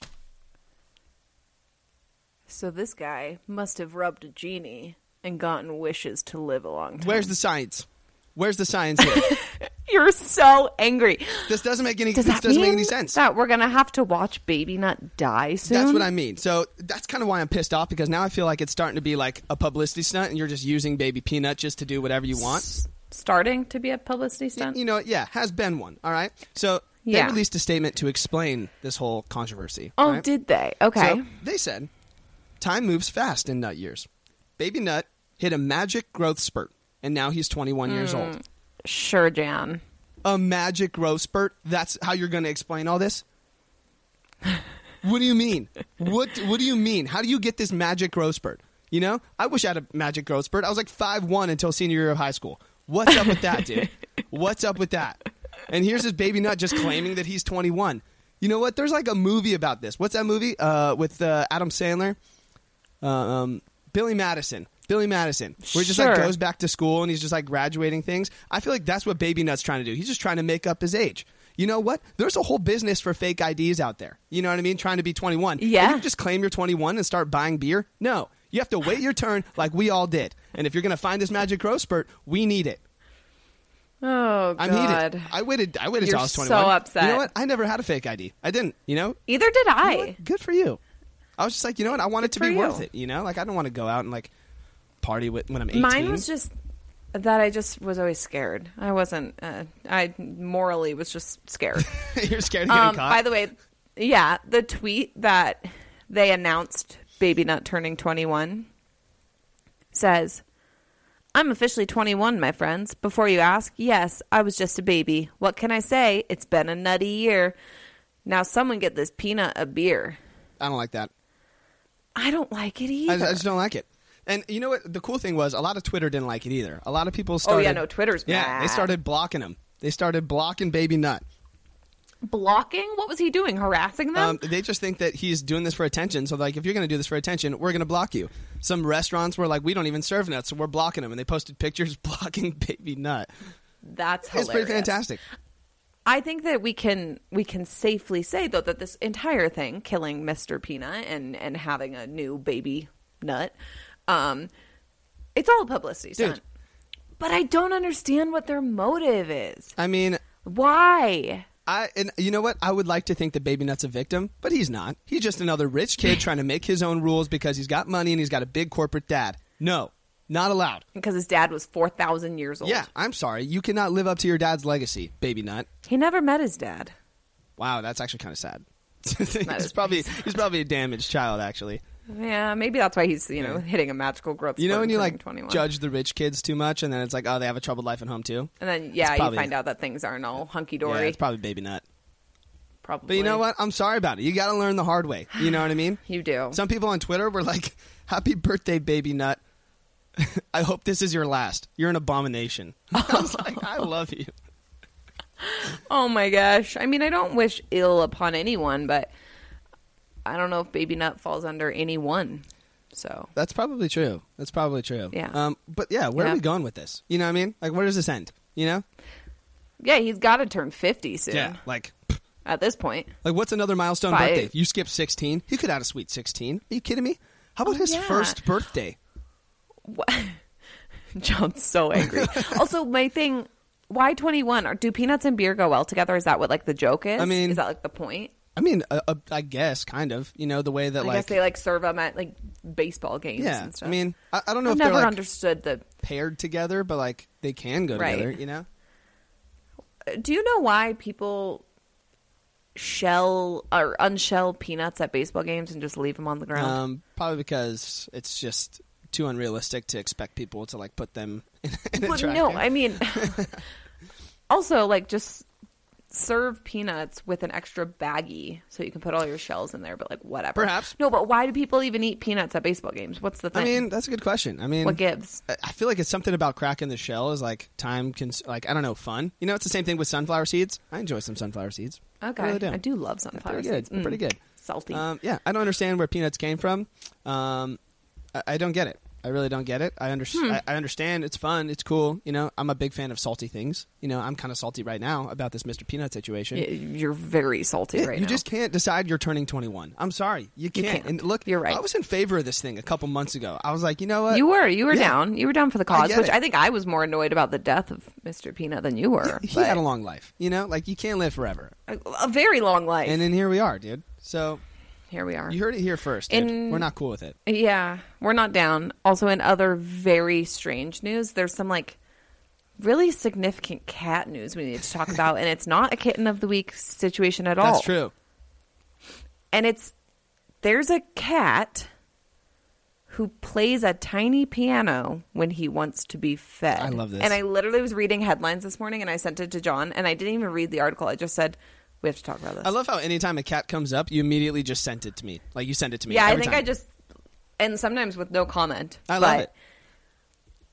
I: So this guy must have rubbed a genie and gotten wishes to live a long time.
E: Where's the science? Where's the science here?
I: You're so angry.
E: This doesn't make any
I: Does
E: this
I: that
E: doesn't make
I: mean
E: any sense.
I: That we're gonna have to watch Baby Nut die soon.
E: That's what I mean. So that's kind of why I'm pissed off because now I feel like it's starting to be like a publicity stunt, and you're just using Baby Peanut just to do whatever you want.
I: Starting to be a publicity stunt.
E: You know, yeah, has been one. All right. So they
I: Yeah.
E: released a statement to explain this whole controversy.
I: Oh,
E: right?
I: did they? Okay.
E: So they said time moves fast in nut years. Baby Nut hit a magic growth spurt, and now he's 21 years
I: Mm.
E: old.
I: Sure, Jan.
E: A magic growth spurt? That's how you're going to explain all this? What do you mean? what What do you mean? How do you get this magic growth spurt? You know, I wish I had a magic growth spurt. I was like five one until senior year of high school. What's up with that, dude? What's up with that? And here's this baby nut just claiming that he's 21. You know what? There's like a movie about this. What's that movie uh, with uh, Adam Sandler? Uh, um, Billy Madison. Billy Madison. Where he just like
I: Sure.
E: goes back to school and he's just like graduating things. I feel like that's what Baby Nut's trying to do. He's just trying to make up his age. You know what? There's a whole business for fake IDs out there. You know what I mean? Trying to be 21.
I: Yeah.
E: You can just claim you're 21 and start buying beer. No. You have to wait your turn like we all did. And if you're going to find this magic growth spurt, we need it.
I: Oh God.
E: I'm heated. I waited. I waited till
I: You're
E: I was
I: so
E: 21.
I: upset.
E: You know what? I never had a fake ID. I didn't. You know.
I: Either did I.
E: Good for you. I was just like, you know what? I want it to
I: for
E: be worth
I: you.
E: it. You know, like I don't want to go out and like party with when I'm 18.
I: Mine was just that I just was always scared. I wasn't. Uh, I morally was just scared.
E: You're scared of getting
I: Um,
E: caught.
I: By the way, yeah, the tweet that they announced Baby Nut turning 21 says, I'm officially 21, my friends. Before you ask, yes, I was just a baby. What can I say? It's been a nutty year. Now, someone get this peanut a beer.
E: I don't like that.
I: I don't like it
E: I, I
I: either.
E: just don't like it. And you know what? The cool thing was a lot of Twitter didn't like it either. A lot of people
I: Oh,
E: started.
I: yeah, no, Twitter's
E: Yeah, they
I: mad.
E: started blocking him. They started blocking Baby Nut.
I: Blocking? What was he doing? Harassing them?
E: Um, they just think that he's doing this for attention. So like, if you're going to do this for attention, we're going to block you. Some restaurants were like, we don't even serve nuts, so we're blocking them. And they posted pictures blocking Baby Nut.
I: That's hilarious.
E: It's pretty fantastic.
I: I think that we can we can safely say though that this entire thing, killing Mr. Peanut and and having a new baby nut, um, it's all a publicity stunt. But I don't understand what their motive is.
E: I mean,
I: why?
E: I and you know what? I would like to think that Baby Nut's a victim, but he's not. He's just another rich kid trying to make his own rules because he's got money and he's got a big corporate dad. No, not allowed.
I: Because his dad was four thousand years old.
E: Yeah, I'm sorry. You cannot live up to your dad's legacy, Baby Nut.
I: he never met his dad.
E: Wow, that's actually kind of sad. he's probably he's probably a damaged child, actually.
I: Yeah, maybe that's why he's you know hitting a magical growth.
E: You know
I: spurt
E: when you
I: turning
E: like
I: 21.
E: judge the rich kids too much, and then it's like, oh, they have a troubled life at home too.
I: and then yeah,
E: It's probably-
I: you find out that things aren't all hunky
E: Yeah,
I: dory.
E: it's probably baby nut.
I: probably.
E: But you know what? I'm sorry about it. You got to learn the hard way. You know what I mean?
I: you do.
E: Some people on Twitter were like, "Happy birthday, baby nut." I hope this is your last. You're an abomination. I was like, I love you.
I: Oh my gosh. I mean, I don't wish ill upon anyone, but I don't know if Baby Nut falls under any one. So
E: That's probably true. That's probably true.
I: Yeah.
E: Um. But yeah, where
I: Yeah.
E: are we going with this? You know what I mean? Like, where does this end? You know?
I: yeah, he's got to turn fifty soon.
E: Yeah. Like,
I: At this point,
E: like what's another milestone
I: Five.
E: birthday? If you skip 16, he could have had a sweet 16. Are you kidding me? How about
I: Oh,
E: his
I: yeah.
E: first birthday?
I: John's so angry. also, my thing. Why twenty one? Or do peanuts and beer go well together? Is that what like the joke is?
E: I mean-
I: is that like the point?
E: I mean, uh, uh, I guess kind of. You know the way that
I: I guess
E: like
I: they like serve them at like baseball games.
E: yeah.
I: and stuff.
E: I mean, I, I don't know
I: I've
E: if
I: never
E: they're like
I: understood the
E: paired together, but like they can go
I: Right.
E: together. You know?
I: Do you know why people shell or unshell peanuts at baseball games and just leave them on the ground?
E: Um, probably because it's just too unrealistic to expect people to like put them. in, in a
I: Well,
E: track.
I: no, I mean, also like just serve peanuts with an extra baggie so you can put all your shells in there. But like whatever,
E: Perhaps.
I: no. But why do people even eat peanuts at baseball games? What's the thing?
E: I mean, that's a good question. I mean,
I: What gives?
E: I- I feel like it's something about cracking the shell is like time, cons- like I don't know, fun. You know, it's the same thing with sunflower seeds. I enjoy some sunflower seeds.
I: okay,
E: I really do.
I: I do love
E: They're
I: sunflower
E: pretty good.
I: seeds.
E: They're
I: Mm.
E: Pretty good.
I: salty.
E: Um, yeah, I don't understand where peanuts came from. Um, I, I don't get it. I really don't get it. I, under-
K: Hmm.
E: I, I understand. It's fun. It's cool. You know, I'm a big fan of salty things. You know, I'm kind of salty right now about this Mr. Peanut situation.
I: Y- You're very salty
E: Yeah,
I: right
E: you
I: now.
E: just can't decide you're turning 21. I'm sorry, you can't.
I: can't.
E: And look, you're right. I was in favor of this thing a couple months ago. I was like, you know what?
I: you were you were
E: Yeah.
I: down. You were down for the
E: I
I: cause,
E: get
I: which
E: it.
I: I think I was more annoyed about the death of Mr. Peanut than you were.
E: He
I: but-
E: had a long life. You know, like you can't live forever.
I: a, a very long life.
E: And then here we are, dude. So
I: here we are.
E: You heard it here first. dude.
I: In-
E: We're not cool with it.
I: Yeah, we're not down. Also, in other very strange news, there's some like really significant cat news we need to talk about, and it's not a kitten of the week situation at all.
E: That's true.
I: And it's there's a cat who plays a tiny piano when he wants to be fed. I
E: love this.
I: And I literally was reading headlines this morning, and I sent it to John, and I didn't even read the article. I just said we have to talk about this.
E: I love how anytime a cat comes up, you immediately just sent it to me. Like you send it to me.
I: Yeah, I
E: every
I: think
E: time.
I: I just and sometimes with no comment.
E: I love
I: but
E: it.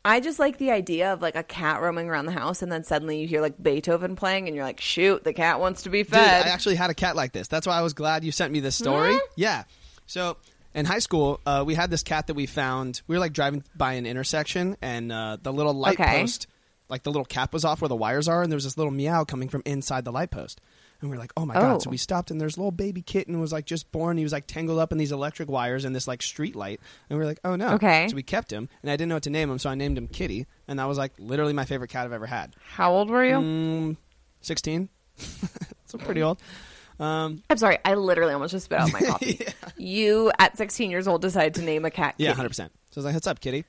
I: I just like the idea of like a cat roaming around the house and then suddenly you hear like Beethoven playing and you're like, shoot, the cat wants to be
E: Dude,
I: fed.
E: I actually had a cat like this. That's why I was glad you sent me this story.
I: Hmm?
E: Yeah. So in high school, uh, we had this cat that we found. We were like driving by an intersection, and uh, the little light
I: Okay.
E: post, like the little cap was off where the wires are, and there was this little meow coming from inside the light post. And we were like, oh my
I: Oh.
E: god! So we stopped, and there's a little baby kitten was like just born. He was like tangled up in these electric wires and this like street light. And we were like, oh no!
I: Okay.
E: So we kept him, and I didn't know what to name him, so I named him Kitty, and that was like literally my favorite cat I've ever had.
I: How old were you?
E: Mm, Sixteen. so pretty old. Um,
I: I'm sorry, I literally almost just spit out my coffee. You at 16 years old decided to name a cat.
E: Yeah,
I: Kitty.
E: hundred percent. So I was like, "What's up, kitty?"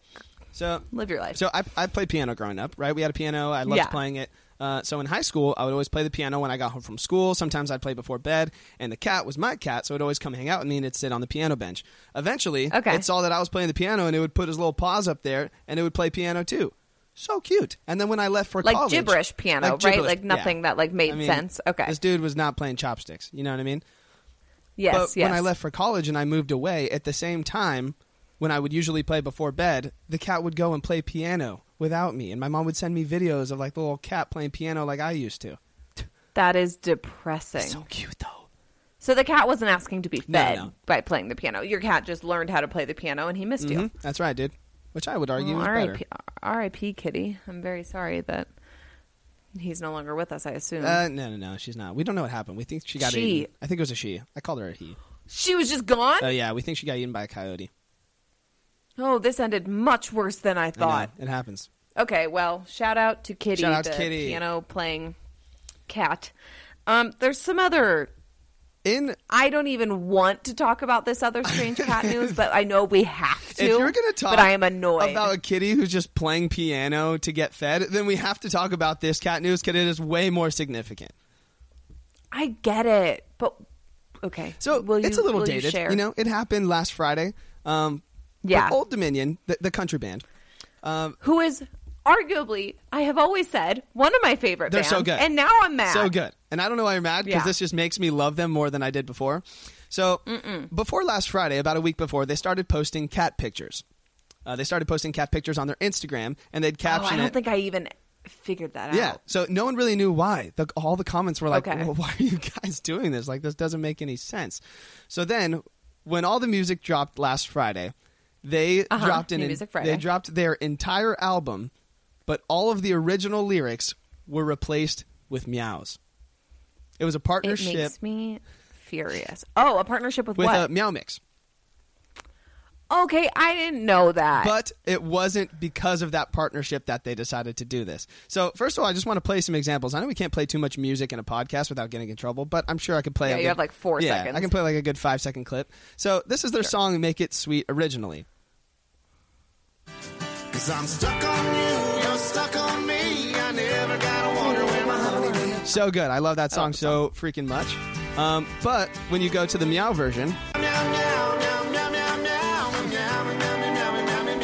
E: So
I: live your life.
E: So I, I played piano growing up, right? We had a piano. I loved
I: Yeah.
E: playing it. Uh, so in high school, I would always play the piano when I got home from school. Sometimes I'd play before bed, and the cat was my cat, so it'd always come hang out with me, and it'd sit on the piano bench. Eventually,
I: Okay.
E: it saw that I was playing the piano, and it would put his little paws up there, and it would play piano too. So cute. And then when I left for
I: Like
E: college-
I: gibberish piano, right? Like nothing that, like, made
E: I mean,
I: sense. Okay.
E: This dude was not playing chopsticks. You know what I mean?
I: Yes,
E: but
I: yes.
E: when I left for college and I moved away, at the same time, when I would usually play before bed, the cat would go and play piano without me, and my mom would send me videos of like the little cat playing piano like I used to.
I: That is depressing. So
E: cute though.
I: So the cat wasn't asking to be
E: No,
I: fed
E: no.
I: by playing the piano. Your cat just learned how to play the piano and he missed you.
E: Mhm, That's right, dude. Which I would argue
I: Well,
E: is
I: R.I.P.
E: better.
I: R.I.P. Kitty. I'm very sorry that he's no longer with us. I assume
E: Uh, no, no, no, she's not. We don't know what happened. We think she got
I: She.
E: eaten. I think it was a she. I called her a he.
I: she was just gone.
E: Oh yeah, we think she got eaten by a coyote.
I: oh, this ended much worse than I
E: I know,
I: thought.
E: it happens.
I: Okay, well, shout out to Kitty,
E: Shout out to
I: the
E: Kitty.
I: piano playing cat. Um, there's some other.
E: In
I: I don't even want to talk about this other strange cat news, but I know we have to.
E: If you're gonna talk,
I: but I am annoyed
E: about a kitty who's just playing piano to get fed, then we have to talk about this cat news because it is way more significant.
I: I get it, but okay.
E: So
I: will
E: it's
I: you-
E: a little
I: will you
E: dated.
I: share?
E: You, know, it happened last Friday. Um, but
I: Yeah.
E: Old Dominion, the, the country band. Um,
I: who is arguably, I have always said, one of my favorite
E: They're
I: bands.
E: so good.
I: And now I'm mad.
E: So good. And I don't know why you're mad because
I: Yeah.
E: this just makes me love them more than I did before. So before last Friday, about a week before, they started posting cat pictures. Uh, they started posting cat pictures on their Instagram, and they'd
I: Oh,
E: caption
I: I don't
E: it.
I: think I even figured that
E: yeah.
I: out.
E: So no one really knew why. The, all the comments were like,
I: Okay.
E: well, "Why are you guys doing this? Like, this doesn't make any sense." So then, when all the music dropped last Friday, they
I: Uh-huh,
E: dropped an
I: New Music Friday.
E: they dropped their entire album, but all of the original lyrics were replaced with meows. It was a
I: It
E: partnership
I: makes me furious. Oh, a partnership with,
E: with
I: what?
E: a meow mix,
I: okay, I didn't know that.
E: but it wasn't because of that partnership that they decided to do this. So first of all, I just want to play some examples. I know we can't play too much music in a podcast without getting in trouble, but I'm sure I could play.
I: Yeah,
E: a
I: you
E: good-
I: have, like, four
E: yeah,
I: seconds.
E: I can play like a good five second clip. So this is their song "Make It Sweet" originally.
L: Cause I'm stuck on you, you're stuck on me. I never gotta wonder where my honey is.
E: So good. I love that
I: Oh,
E: song so freaking much. Um, but when you go to the meow version,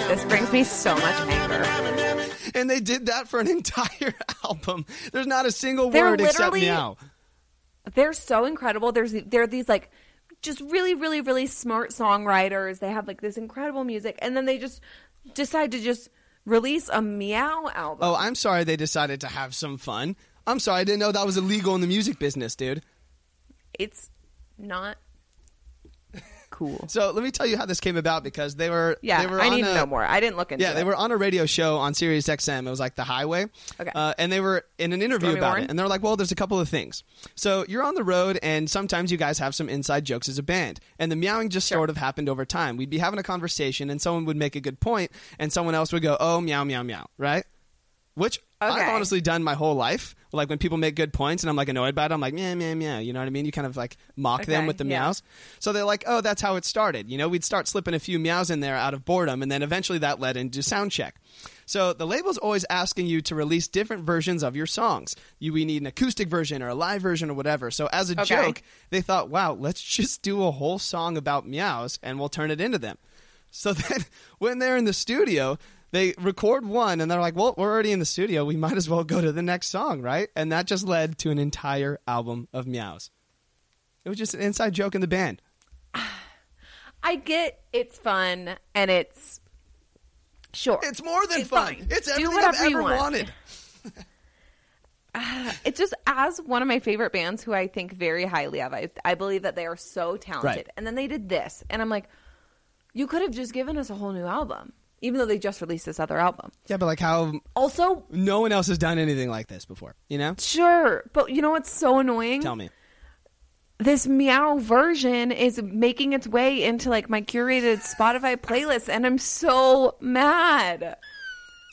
I: this brings me so much anger.
E: and they did that for an entire album. There's not a single
I: They're
E: word except
I: literally-
E: meow.
I: They're so incredible. There's they're these like just really, really, really smart songwriters. They have like this incredible music, and then they just decide to just release a meow album.
E: Oh, I'm sorry they decided to have some fun. I'm sorry I didn't know that was Oh. illegal in the music business, dude.
I: It's not cool.
E: So let me tell you how this came about because they were
I: Yeah,
E: they were
I: I
E: on
I: need to
E: a-
I: know more. I didn't look into
E: yeah,
I: it.
E: they were on a radio show on Sirius XM. It was like The Highway.
I: Okay.
E: Uh, and they were in an interview
I: Stormy
E: about
I: Warren?
E: it. And they're like, well, there's a couple of things. So you're on the road, and sometimes you guys have some inside jokes as a band. And the meowing just sort of happened over time. We'd be having a conversation, and someone would make a good point, and someone else would go, oh, meow, meow, meow, right? Which
I: Okay.
E: I've honestly done my whole life. Like when people make good points and I'm like annoyed by it, I'm like, meow, meow, meow. You know what I mean? You kind of like mock them
I: Okay,
E: with the
I: yeah.
E: meows. So they're like, oh, that's how it started. You know, we'd start slipping a few meows in there out of boredom, and then eventually that led into sound check. So the label's always asking you to release different versions of your songs. You we need an acoustic version or a live version or whatever. So as a
I: Okay.
E: joke, they thought, wow, let's just do a whole song about meows and we'll turn it into them. So then when they're in the studio, they record one and they're like, well, we're already in the studio. We might as well go to the next song, right? And that just led to an entire album of meows. It was just an inside joke in the band.
I: I get it's fun and it's sure.
E: It's more than
I: It's
E: fun.
I: fine.
E: It's
I: Do
E: everything I've
I: whatever you
E: ever
I: want.
E: wanted.
I: It's just as one of my favorite bands who I think very highly of. I, I believe that they are so talented.
E: Right.
I: And then they did this. And I'm like, you could have just given us a whole new album, even though they just released this other album.
E: Yeah, but like how
I: Also,
E: no one else has done anything like this before, you know?
I: Sure. But you know what's so annoying?
E: Tell me.
I: This meow version is making its way into like my curated Spotify playlist. And I'm so mad.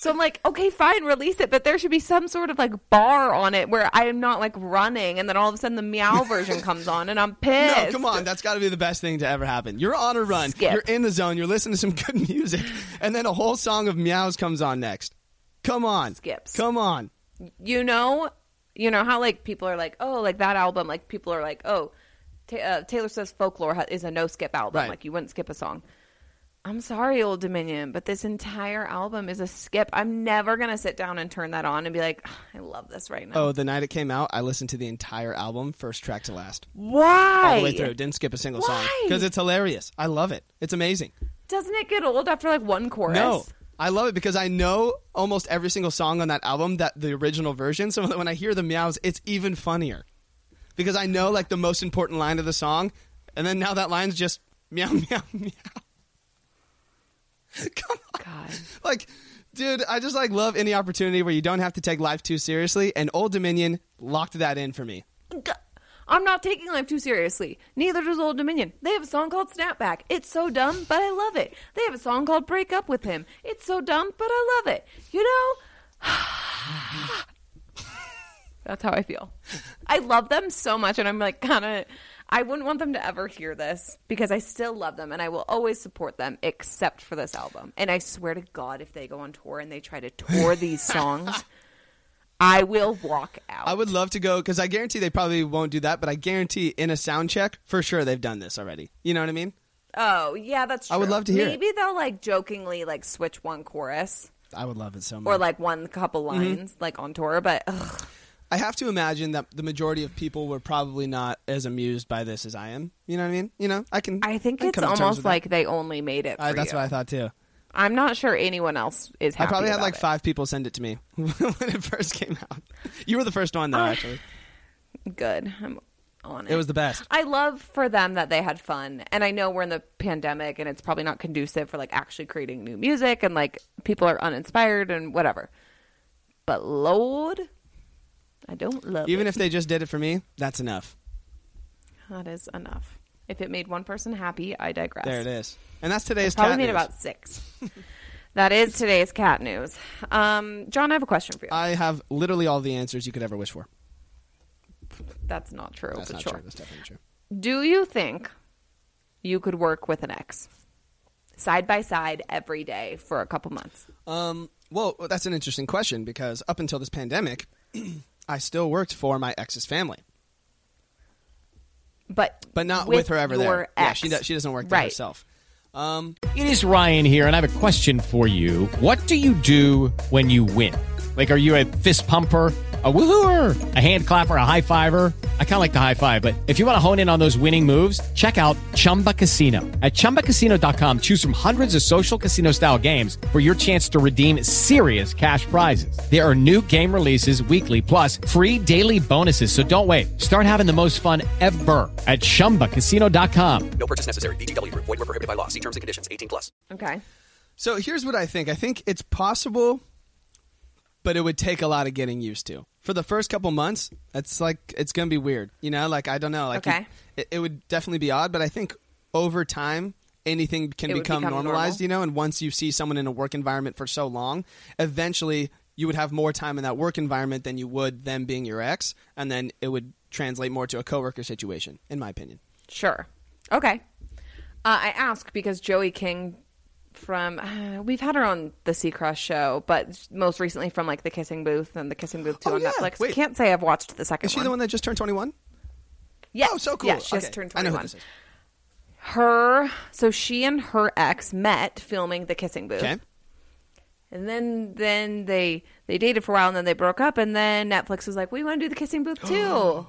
I: So I'm like, okay, fine, release it, but there should be some sort of like bar on it where I am not like running, and then all of a sudden the meow version comes on, and I'm pissed.
E: No, come on. That's got to be the best thing to ever happen. You're on a run.
I: Skip.
E: You're in the zone. You're listening to some good music, and then a whole song of meows comes on next. Come on.
I: Skips.
E: Come on.
I: you know, you know how like people are like, oh, like that album, like people are like, oh, ta uh, Taylor Swift's Folklore ha- is a no skip album,
E: Right.
I: like you wouldn't skip a song. I'm sorry, Old Dominion, but this entire album is a skip. I'm never gonna sit down and turn that on and be like, "Ah, I love this right now.
E: Oh, the night it came out, I listened to the entire album, first track to last.
I: Why?
E: All the way through. Didn't skip a single song.
I: Why?
E: Because it's hilarious. I love it. It's amazing.
I: Doesn't it get old after like one chorus?
E: No. I love it because I know almost every single song on that album that the original version. So when I hear the meows, it's even funnier because I know like the most important line of the song, and then now that line's just meow meow meow. Come on, like, dude, I just like love any opportunity where you don't have to take life too seriously. And Old Dominion locked that in for me.
I: I'm not taking life too seriously. Neither does Old Dominion. They have a song called Snapback. It's so dumb, but I love it. They have a song called Break Up With Him. It's so dumb, but I love it. You know? That's how I feel. I love them so much, and I'm like, kind of, I wouldn't want them to ever hear this because I still love them and I will always support them except for this album. And I swear to God, if they go on tour and they try to tour these songs, I will walk out.
E: I would love to go because I guarantee they probably won't do that, but I guarantee in a sound check for sure they've done this already. You know what I mean?
I: Oh yeah, that's. True.
E: I would love to hear it.
I: Maybe they'll like jokingly like switch one chorus
E: I would love it so much.
I: or like one couple
E: Mm-hmm.
I: lines like on tour, but ugh,
E: I have to imagine that the majority of people were probably not as amused by this as I am. You know what I mean? You know, I can.
I: I think
E: can
I: it's
E: come to terms
I: almost
E: with that.
I: like they only made it. For
E: I, that's
I: you.
E: what I thought too.
I: I'm not sure anyone else is.
E: I
I: Happy
E: probably had
I: about
E: like
I: it.
E: five people send it to me when it first came out. You were the first one though,
I: Ah.
E: actually.
I: Good. I'm on it.
E: It was the best.
I: I love for them that they had fun, and I know we're in the pandemic, and it's probably not conducive for like actually creating new music, and like people are uninspired and whatever. But Lord, I don't love.
E: Even
I: it.
E: if they just did it for me, that's enough.
I: That is enough. If it made one person happy, I digress.
E: There it is. And that's today's
I: Probably
E: cat
I: made
E: news.
I: about six. that is today's cat news. Um, John, I have a question for you.
E: I have literally all the answers you could ever wish for.
I: That's not true.
E: That's
I: but
E: not
I: sure.
E: true. That's definitely true.
I: Do you think you could work with an ex side by side every day for a couple months?
E: Um, well, that's an interesting question because up until this pandemic, I still worked for my ex's family.
I: But
E: but not
D: with
E: with, her ever
D: your
E: there. Yeah,
D: ex.
E: she does, she doesn't work there
D: Right.
E: herself. Um,
D: It is Ryan here, and I have a question for you. What do you do when you win?
A: Like, are you a fist pumper, a woohooer, a hand clapper, a high fiver? I kind of like the high five, but if you want to hone in on those winning moves, check out Chumba Casino. At chumbacasino.com, choose from hundreds of social casino style games for your chance to redeem serious cash prizes. There are new game releases weekly, plus free daily bonuses. So don't wait. Start having the most fun ever at chumbacasino.com.
M: No purchase necessary. VGW Group. Void were prohibited by law. See terms and conditions. 18 plus.
I: Okay.
E: So here's what I think. I think it's possible, but it would take a lot of getting used to. For the first couple months, it's like it's gonna be weird. You know, like I don't know. Like
I: Okay.
E: it, it would definitely be odd, but I think over time anything can
I: It would
E: become,
I: become
E: normalized. You know, and once you see someone in a work environment for so long, eventually you would have more time in that work environment than you would them being your ex, and then it would translate more to a coworker situation, in my opinion.
I: Sure. Okay. Uh, I ask because Joey King from uh, we've had her on the Sea Cross show, but most recently from like the Kissing Booth and the Kissing Booth two on Netflix.
E: Oh, Wait.
I: Can't say I've watched the second
E: Is she
I: one.
E: the one that just turned twenty one?
I: Yes.
E: Oh, so cool.
I: Yeah, she
E: Okay.
I: just turned
E: I know who
I: 21.
E: this is.
I: Her, so she and her ex met filming The Kissing Booth.
E: Okay.
I: And then then they they dated for a while and then they broke up and then Netflix was like, "We want to do The Kissing Booth too."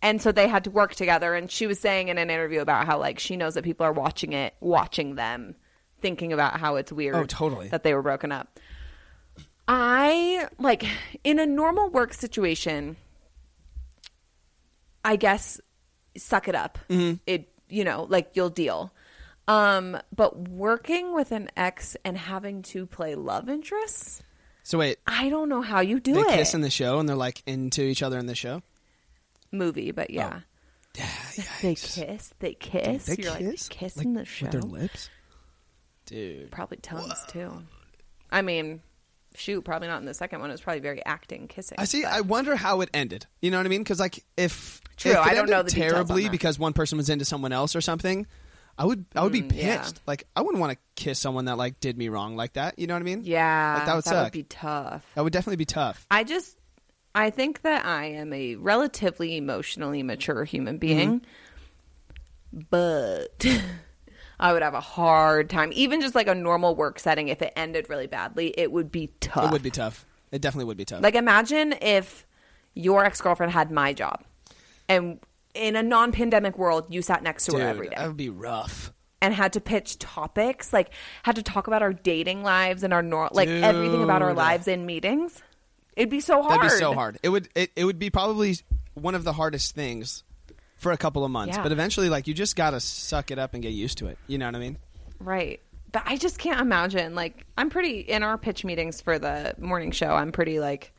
I: and so they had to work together and she was saying in an interview about how like she knows that people are watching it, watching them, thinking about how it's weird
E: Oh, totally.
I: that they were broken up. I like in a normal work situation, I guess suck it up.
E: Mhm.
I: It you know, like you'll deal. Um, but working with an ex and having to play love interests,
E: So wait,
I: I don't know how you do
E: they
I: it.
E: kiss in the show and they're like into each other in the show.
I: Movie, but yeah. they kiss, they kiss.
E: Dude, Oh.
I: You're
E: they kiss?
I: like
E: Like,
I: kissing the show.
E: with their lips? Dude.
I: Probably tongues too. I mean, shoot, probably not in the second one. It was probably very acting kissing.
E: I see. I wonder how it ended. You know what I mean? Because like if
I: True,
E: if it
I: I don't
E: ended
I: know the details on
E: terribly
I: that.
E: because one person was into someone else or something. I would I would be
I: Mm,
E: pissed.
I: yeah.
E: Like I wouldn't want to kiss someone that like did me wrong like that. You know what I mean?
I: Yeah,
E: Like, that would suck.
I: be tough.
E: that would definitely be tough.
I: I just I think that I am a relatively emotionally mature human
E: Mm-hmm.
I: being. But I would have a hard time even just like a normal work setting if it ended really badly, it would be tough.
E: It would be tough. It definitely would be tough.
I: Like imagine if your ex-girlfriend had my job and in a non-pandemic world you sat next to
E: Dude,
I: her every day
E: that would be rough.
I: and had to pitch topics, like had to talk about our dating lives and our nor- like everything about our
E: Dude.
I: lives in meetings. It'd be so hard.
E: That'd be so hard. It would it, it would be probably one of the hardest things for a couple of months.
I: Yeah.
E: But eventually, like you just gotta suck it up and get used to it. You know what I mean?
I: Right. But I just can't imagine. Like, I'm pretty, in our pitch meetings for the morning show, I'm pretty, like,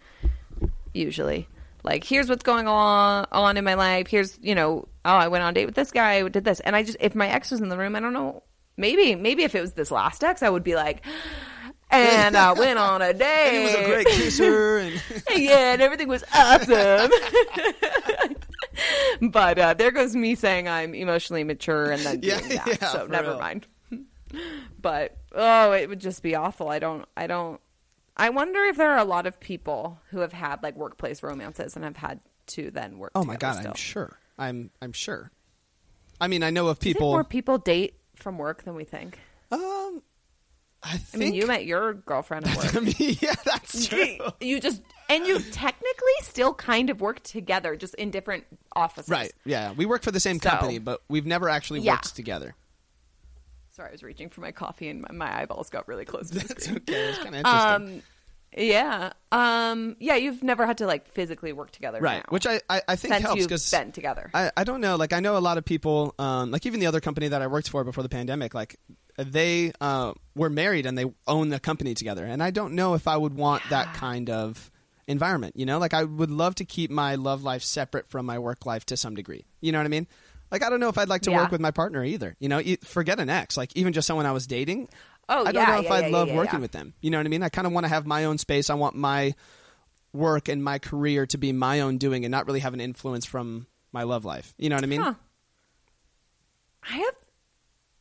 I: usually, like, here's what's going on, on in my life. Here's, you know, oh, I went on a date with this guy, I did this. And I just, if my ex was in the room, I don't know. Maybe, maybe if it was this last ex, I would be like, and I went on a date.
E: And he was a great kisser. And
I: yeah, and everything was awesome. but uh, there goes me saying I'm emotionally mature and then doing
E: Yeah,
I: that.
E: yeah,
I: so
E: for
I: never
E: real.
I: mind. but oh, it would just be awful. I don't. I don't. I wonder if there are a lot of people who have had like workplace romances and have had to then work.
E: oh my
I: together
E: god,
I: still.
E: I'm sure. I'm I'm sure. I mean, I know of
I: Do you think
E: people.
I: more people date from work than we think.
E: Um, I,
I: I mean,
E: think
I: you met your girlfriend at work.
E: yeah, that's true.
I: you just and you technically still kind of work together, just in different offices.
E: Right? Yeah, we work for the same
I: So-
E: company, but we've never actually
I: Yeah.
E: worked together.
I: Sorry, I was reaching for my coffee and my, my eyeballs got really close to the screen.
E: okay. That's kind of interesting.
I: Um, yeah. Um, yeah, you've never had to like physically work together.
E: right?
I: now,
E: Which I I, I think
I: since
E: helps
I: you've
E: because
I: been together.
E: I, I don't know. Like I know a lot of people, um, like even the other company that I worked for before the pandemic, like they uh, were married and they own the company together. And I don't know if I would want that kind of environment. You know, like I would love to keep my love life separate from my work life to some degree. You know what I mean? Like I don't know if I'd like to
I: Yeah.
E: work with my partner either. You know, e- forget an ex. Like even just someone I was dating.
I: Oh,
E: I don't
I: yeah,
E: know if
I: yeah,
E: I'd
I: yeah, yeah,
E: love
I: yeah,
E: working
I: yeah.
E: with them. You know what I mean? I kind of want to have my own space. I want my work and my career to be my own doing and not really have an influence from my love life. You know what I mean?
I: Huh. I have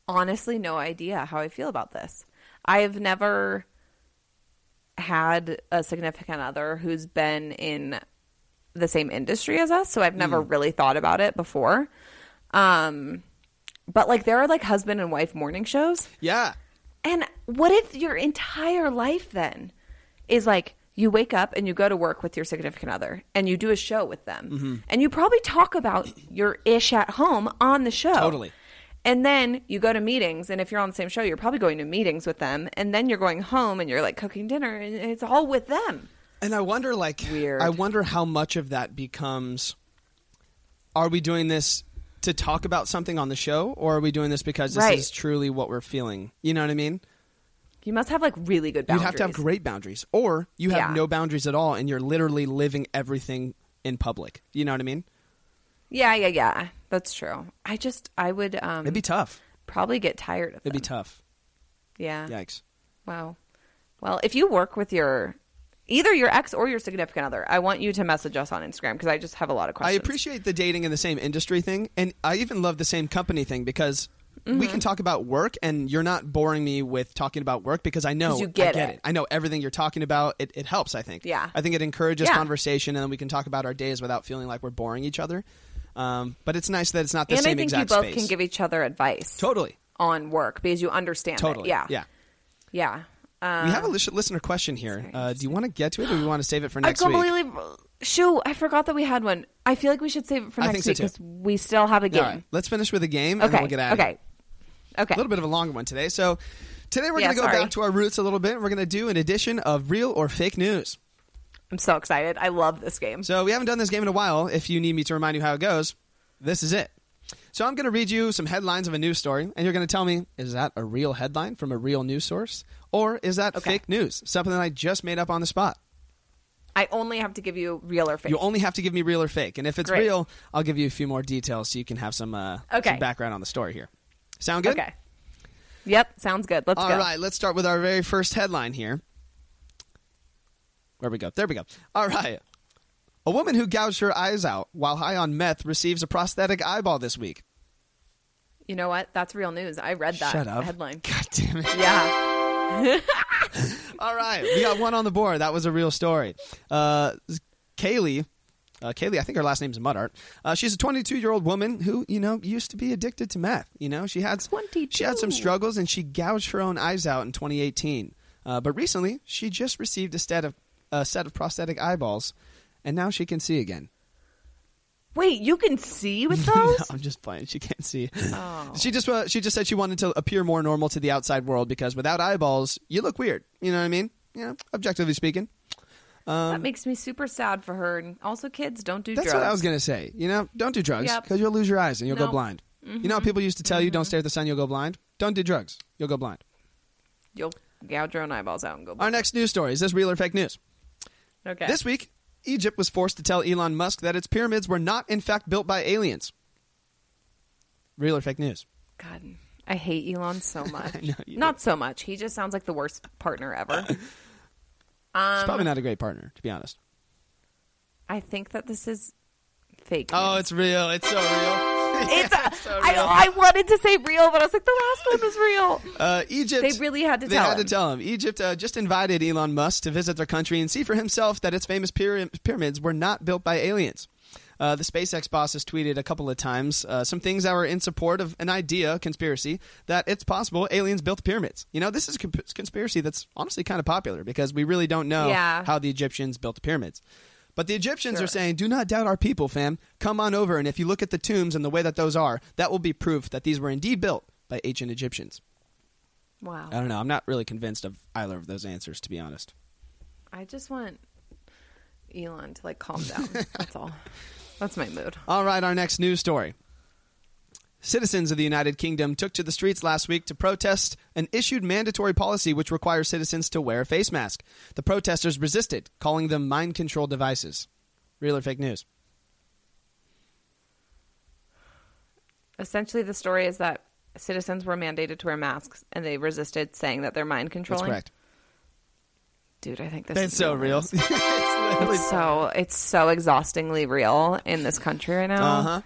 I: honestly no idea how I feel about this. I have never had a significant other who's been in the same industry as us, so I've never really thought about it before. Um, but like there are like husband and wife morning shows.
E: Yeah.
I: And what if your entire life then
D: is like you wake up and you go to work with your significant other and you do a show with them.
E: Mhm.
D: And you probably talk about your ish at home on the show.
E: Totally.
D: And then you go to meetings, and if you're on the same show, you're probably going to meetings with them, and then you're going home and you're like cooking dinner, and it's all with them.
E: And I wonder, like, I wonder how much of that becomes are we doing this to talk about something on the show or are we doing this because this
D: Right.
E: is truly what we're feeling? You know what I mean?
D: You must have like really good
E: You'd
D: boundaries.
E: have to have great boundaries or you have
D: Yeah.
E: no boundaries at all and you're literally living everything in public. You know what I mean?
D: Yeah, yeah, yeah. That's true. I just, I would. Um,
E: It'd be tough.
D: Probably get tired of
E: It'd be tough.
D: Yeah.
E: Yikes.
D: Wow. Well, if you work with your either your ex or your significant other, I want you to message us on Instagram because I just have a lot of
E: I
D: questions.
E: appreciate the dating in the same industry thing, and I even love the same company thing because we
D: Mhm.
E: can talk about work, and you're not boring me with talking about work because I know
D: 'Cause you
E: I
D: get
E: get it.
D: it.
E: I know everything you're talking about. It, it helps, I think.
D: Yeah.
E: I think it encourages
D: Yeah.
E: conversation, and then we can talk about our days without feeling like we're boring each other. Um, but it's nice that it's not the
D: and
E: same
D: I think you
E: exact
D: both
E: space.
D: can give each other advice.
E: Totally.
D: On work because you understand. it.
E: totally.
D: Yeah.
E: Yeah.
D: Yeah. Um,
E: we have a lis- listener question here. Uh, do you want to get to it, or do we want to save it for
D: I
E: next week?
D: completely. Shoo! I forgot that we had one. I feel like we should save it for
E: I
D: next
E: think so
D: week
E: too.
D: we still have a game.
E: All right, let's finish with a game, and
D: Okay,
E: then we'll get out.
D: okay, okay.
E: A little bit of a longer one today. So today we're
D: Yeah,
E: going to go
D: sorry.
E: back to our roots a little bit. and We're going to do an edition of real or fake news.
D: I'm so excited. I love this game.
E: So we haven't done this game in a while. If you need me to remind you how it goes, this is it. So I'm going to read you some headlines of a news story, and you're going to tell me is that a real headline from a real news source, or is that fake news, something that I just made up on the spot?
D: I only have to give you real or fake.
E: You only have to give me real or fake. And if it's
D: Great.
E: real, I'll give you a few more details so you can have some, uh,
D: Okay.
E: some background on the story here. Sound good?
D: Okay. Yep. Sounds good. Let's
E: All
D: go.
E: right, let's start with our very first headline here. Where we go? There we go. All right. A woman who gouged her eyes out while high on meth receives a prosthetic eyeball this week.
D: You know what? That's real news. I read that
E: Shut up.
D: headline.
E: God damn it.
D: Yeah.
E: All right. We got one on the board. That was a real story. Uh, Kaylee. Uh, Kaylee, I think her last name's Mudart. Uh, she's a 22 year old woman who, you know, used to be addicted to meth. You know, she had she had some struggles and she gouged her own eyes out in 2018. Uh, but recently, she just received a set of a set of prosthetic eyeballs, and now she can see again.
D: Wait, you can see with those?
E: No, I'm just playing. She can't see.
D: Oh.
E: She just uh, she just said she wanted to appear more normal to the outside world because without eyeballs, you look weird. You know what I mean? You know, objectively speaking. Um,
D: that makes me super sad for her. And also, kids, don't do
E: that's
D: drugs.
E: what I was gonna say. You know, don't do drugs
D: Yep. Mm-hmm.
E: because you'll lose your eyes and you'll go
D: No.
E: blind. You know, how people used to tell you, "Don't stare at the sun, you'll go blind." Don't do drugs, you'll go blind.
D: You'll gouge your own eyeballs out and go.
E: Our next news story is this real or fake news?
D: Okay.
E: This week, Egypt was forced to tell Elon Musk that its pyramids were not, in fact, built by aliens. Real or fake news?
D: God, I hate Elon so much.
E: know you
D: Not so much. He just sounds like the worst partner ever.
E: It's
D: um,
E: probably not a great partner, to be honest.
D: I think that this is fake.
E: Oh, it's real. It's so real.
D: It's. a- I, I wanted to say real, but I was like, the last one was real.
E: Uh, Egypt.
D: They really had to
E: They
D: tell
E: had
D: him.
E: to tell him. Egypt uh, just invited Elon Musk to visit their country and see for himself that its famous pyra- pyramids were not built by aliens. Uh, the SpaceX boss has tweeted a couple of times uh, some things that were in support of an idea, conspiracy, that it's possible aliens built the pyramids. You know, this is a consp- conspiracy that's honestly kind of popular because we really don't know
D: Yeah.
E: how the Egyptians built the pyramids. But the Egyptians are
D: Sure.
E: saying, do not doubt our people, fam. Come on over, and if you look at the tombs and the way that those are, that will be proof that these were indeed built by ancient Egyptians.
D: Wow.
E: I don't know. I'm not really convinced of either of those answers, to be honest.
D: I just want Elon to like calm down. That's all. That's my mood.
E: All right, our next news story. Citizens of the United Kingdom took to the streets last week to protest an issued mandatory policy which requires citizens to wear a face mask. The protesters resisted, calling them mind control devices. Real or fake news?
D: Essentially, the story is that citizens were mandated to wear masks and they resisted, saying that they're mind controlling.
E: correct.
D: Dude, I think this
E: That's
D: is
E: so real.
D: news. it's so it's so exhaustingly real in this country right now.
E: Uh-huh.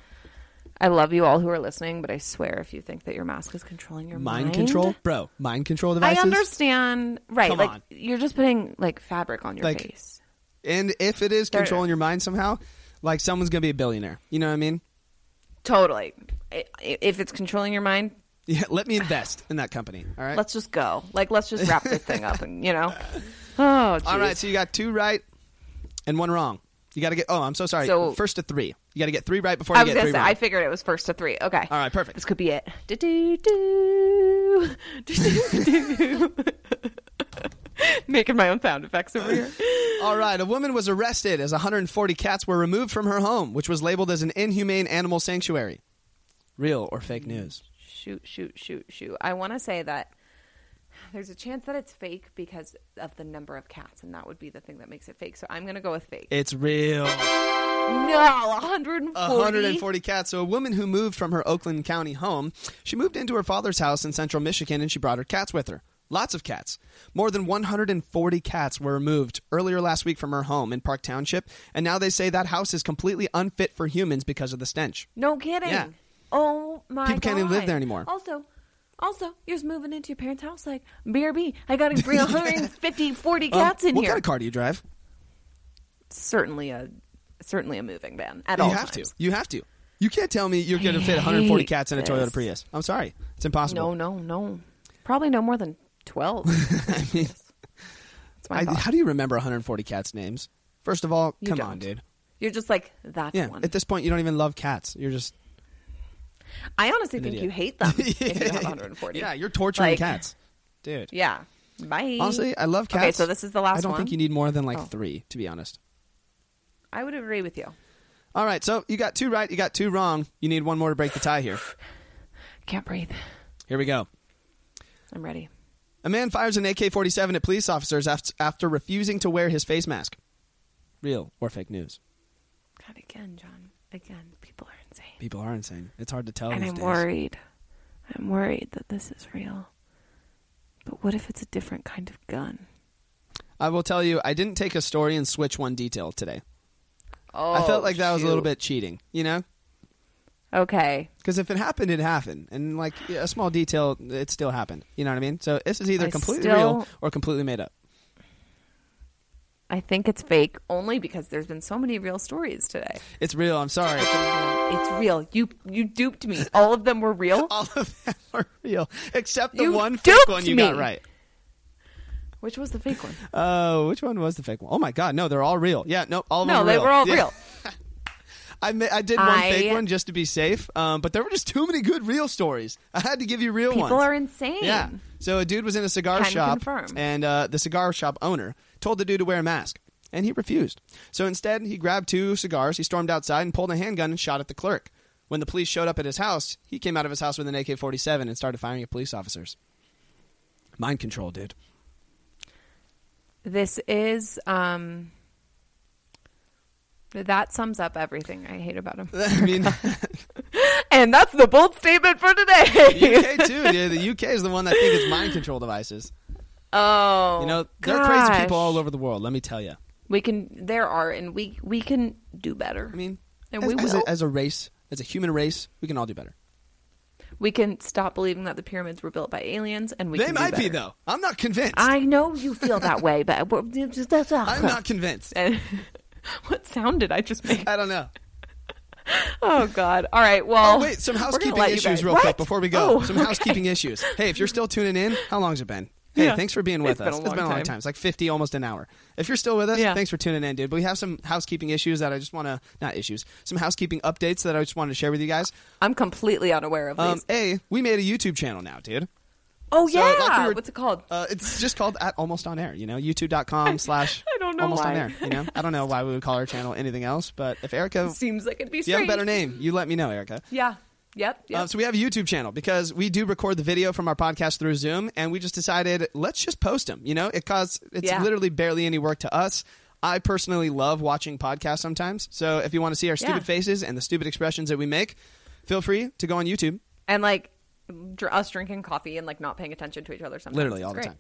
D: I love you all who are listening, but I swear if you think that your mask is controlling your mind,
E: mind, control? Bro, mind control devices?
D: I understand. Right.
E: Come
D: like
E: on.
D: you're just putting like fabric on your
E: Like,
D: face.
E: And if it is
D: They're-
E: controlling your mind somehow, like someone's going to be a billionaire. You know what I mean?
D: Totally. I- I- If it's controlling your mind,
E: Yeah, let me invest in that company. All right.
D: let's just go. Like, let's just wrap this thing up, and you know. Oh,
E: all right. So you got two right and one wrong. You got to get. Oh, I'm so sorry.
D: So-
E: first to three. You got to get three right before
D: I
E: you
D: was
E: get
D: gonna
E: three
D: say
E: wrong.
D: I figured it was first to three. Okay.
E: all right, perfect.
D: This could be it. Do-do-do. Do-do-do. Making my own sound effects over here.
E: All right, a woman was arrested as 140 cats were removed from her home, which was labeled as an inhumane animal sanctuary. Real or fake news?
D: Shoot, shoot, shoot, shoot. I want to say that there's a chance that it's fake because of the number of cats, and that would be the thing that makes it fake. So I'm gonna go with fake.
E: It's real.
D: No, 140.
E: 140 cats. So, a woman who moved from her Oakland County home, she moved into her father's house in central Michigan and she brought her cats with her. Lots of cats. More than 140 cats were removed earlier last week from her home in Park Township, and now they say that house is completely unfit for humans because of the stench.
D: No kidding.
E: Yeah.
D: Oh my
E: People can't even live
D: God.
E: there anymore.
D: Also, also, you're just moving into your parents' house like BRB. I got to bring 150, 40
E: Um,
D: cats in
E: what
D: here.
E: kind of car do you drive?
D: certainly a certainly a moving van at
E: you
D: all
E: have
D: times.
E: to. You have to. You can't tell me you're going to fit 140 cats in a Toyota Prius. I'm sorry. It's
D: No,
E: impossible.
D: no, no. Probably no more than 12.
E: I mean,
D: my
E: I-
D: thought.
E: how do you remember 140 cats' names? First of all,
D: You
E: come
D: don't.
E: on, dude.
D: You're just like that
E: yeah,
D: one.
E: at this point, you don't even love cats. You're just
D: I honestly
E: an
D: think
E: idiot.
D: you hate them if you have 140.
E: yeah, you're torturing
D: Like,
E: cats, dude.
D: Yeah. Bye.
E: Honestly, I love cats.
D: Okay, so this is the last one.
E: I don't think you need more than like
D: Oh.
E: three, to be honest.
D: I would agree with you.
E: All right, so you got two right, you got two wrong. You need one more to break the tie here.
D: Can't breathe.
E: Here we go.
D: I'm ready.
E: A man fires an AK 47 at police officers after, after refusing to wear his face mask. Real or fake news?
D: God, again, John. Again, people are insane.
E: People are insane. It's hard to tell.
D: and
E: these
D: I'm
E: days.
D: worried. I'm worried that this is real. But what if it's a different kind of gun?
E: I will tell you, I didn't take a story and switch one detail today.
D: Oh,
E: I felt like that was a little bit cheating, you know?
D: Okay.
E: Because if it happened, it happened, and like a small detail, it still happened. You know what I mean? So this is either
D: I
E: completely
D: still-
E: real or completely made up.
D: I think it's fake only because there's been so many real stories today.
E: It's real. I'm sorry.
D: It's real. You you duped me. All of them were real.
E: All of them are real, except the
D: You
E: one fake
D: duped
E: one you
D: me.
E: got right.
D: Which was the fake one?
E: Oh, which one was the fake one? Oh my god, no, they're all real. Yeah, no, all of
D: No,
E: them.
D: they were all
E: Yeah.
D: real.
E: I ma- I did one
D: I-
E: fake one just to be safe, um, but there were just too many good real stories. I had to give you real
D: People
E: ones.
D: are insane.
E: Yeah. So a dude was in a cigar
D: Can
E: shop,
D: confirm.
E: and uh, the cigar shop owner told the dude to wear a mask, and he refused. So instead, he grabbed two cigars, he stormed outside, and pulled a handgun and shot at the clerk. When the police showed up at his house, he came out of his house with an AK 47 and started firing at police officers. Mind control, dude.
D: This is um that sums up everything I hate about him.
E: I mean,
D: and that's the bold statement for today.
E: UK too, dude. The UK is the one that thinks it's mind control devices.
D: oh.
E: You know,
D: gosh.
E: there are crazy people all over the world, let me tell you.
D: We can there are and we we can do better. I
E: mean,
D: and
E: as,
D: we
E: as
D: will.
E: a, as a race, as a human race, we can all do better.
D: we can stop believing that the pyramids were built by aliens and we
E: they
D: can do
E: might be,
D: better.
E: though. I'm not convinced.
D: I know you feel that way, but we're- that's
E: I'm not convinced.
D: And- what sound did I just make?
E: I don't know.
D: Oh God! All right. Well,
E: Oh, wait, some
D: we're gonna
E: housekeeping
D: let you
E: issues
D: guys-
E: real
D: What?
E: quick before we go.
D: Oh,
E: some
D: okay.
E: housekeeping issues. Hey, if you're still tuning in, how long's it been? Hey,
D: Yeah.
E: thanks for being
D: It's
E: with us.
D: been a
E: it's been a
D: long
E: long
D: time.
E: time. It's like 50, almost an hour. If you're still with us,
D: Yeah.
E: thanks for tuning in, dude. But we have some housekeeping issues that I just want to, not issues, some housekeeping updates that I just wanted to share with you guys.
D: I'm completely unaware of
E: Um,
D: these.
E: a, we made a YouTube channel now, dude.
D: Oh
E: so,
D: yeah.
E: like, we were-
D: What's it called?
E: Uh, it's just called at Almost On Air, you know, youtube.com slash
D: I don't know
E: Almost On
D: why.
E: Air, you know. I don't know why we would call our channel anything else, but if Erica,
D: Seems like it'd be.
E: if you have a
D: strange.
E: better name, you let me know, Erica.
D: Yeah. Yep. yep.
E: Uh, so we have a YouTube channel because we do record the video from our podcast through Zoom, and we just decided let's just post them. You know, it costs it's
D: Yeah.
E: literally barely any work to us. I personally love watching podcasts sometimes, so if you want to see our stupid
D: Yeah.
E: faces and the stupid expressions that we make, feel free to go on YouTube.
D: and like dr- us drinking coffee and like not paying attention to each other. Sometimes
E: literally
D: It's
E: all the
D: great.
E: time.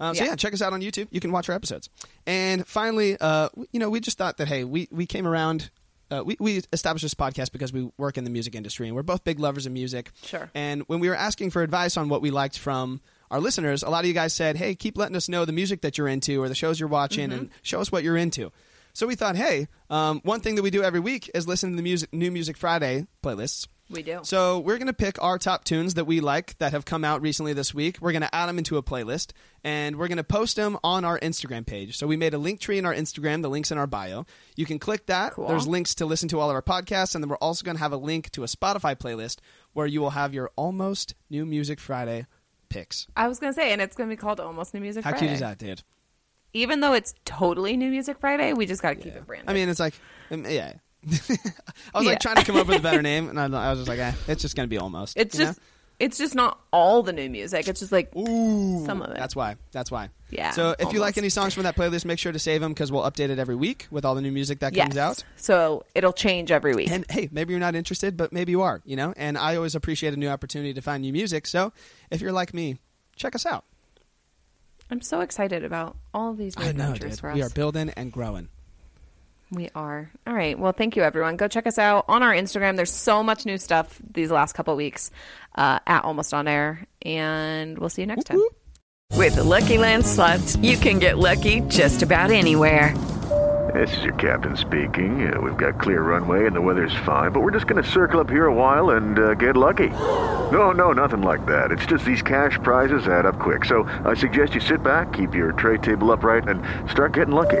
E: Um, so yeah.
D: Yeah.
E: check us out on YouTube. You can watch our episodes. And finally, uh, w- you know, we just thought that hey, we we came around. Uh, we, we established this podcast because we work in the music industry and we're both big lovers of music.
D: Sure.
E: And when we were asking for advice on what we liked from our listeners, a lot of you guys said, hey, keep letting us know the music that you're into or the shows you're watching and
D: Mm-hmm.
E: show us what you're into. So we thought, hey, um, one thing that we do every week is listen to the music, New Music Friday playlists.
I: We do.
E: So we're gonna pick our top tunes that we like that have come out recently this week. We're gonna add them into a playlist, and we're gonna post them on our Instagram page. So we made a link tree in our Instagram. The links in our bio. You can click that. There's links to listen to all of our podcasts, and then we're also gonna have a link to a Spotify playlist where you will have your almost new music Friday picks.
I: I was gonna say, and it's gonna be called Almost New Music
E: How
I: Friday.
E: cute is that, dude?
I: Even though it's totally New Music Friday, we just gotta keep it brand.
E: I mean, it's like, um, yeah. I was
I: Yeah.
E: like trying to come up with a better name, and I, I was just like, eh, it's just gonna be almost.
I: It's
E: you know?
I: just, it's just not all the new music. It's just like some of it.
E: That's why. That's why.
I: Yeah,
E: So if you like
I: almost.
E: any songs from that playlist, make sure to save them because we'll update it every week with all the new music that comes
I: Yes.
E: out.
I: So it'll change every week.
E: And hey, maybe you're not interested, but maybe you are. You know. And I always appreciate a new opportunity to find new music. So if you're like me, check us out.
I: I'm so excited about all of these new adventures for us.
E: We are building and growing.
I: We are. All right. Well, thank you, everyone. Go check us out on our Instagram. There's so much new stuff these last couple weeks uh, at Almost On Air. And we'll see you next time.
J: With the Lucky Land slots, you can get lucky just about anywhere.
N: This is your captain speaking. Uh, we've got clear runway and the weather's fine, but we're just going to circle up here a while and uh, get lucky. No, no, nothing like that. It's just these cash prizes add up quick. So I suggest you sit back, keep your tray table upright, and start getting lucky.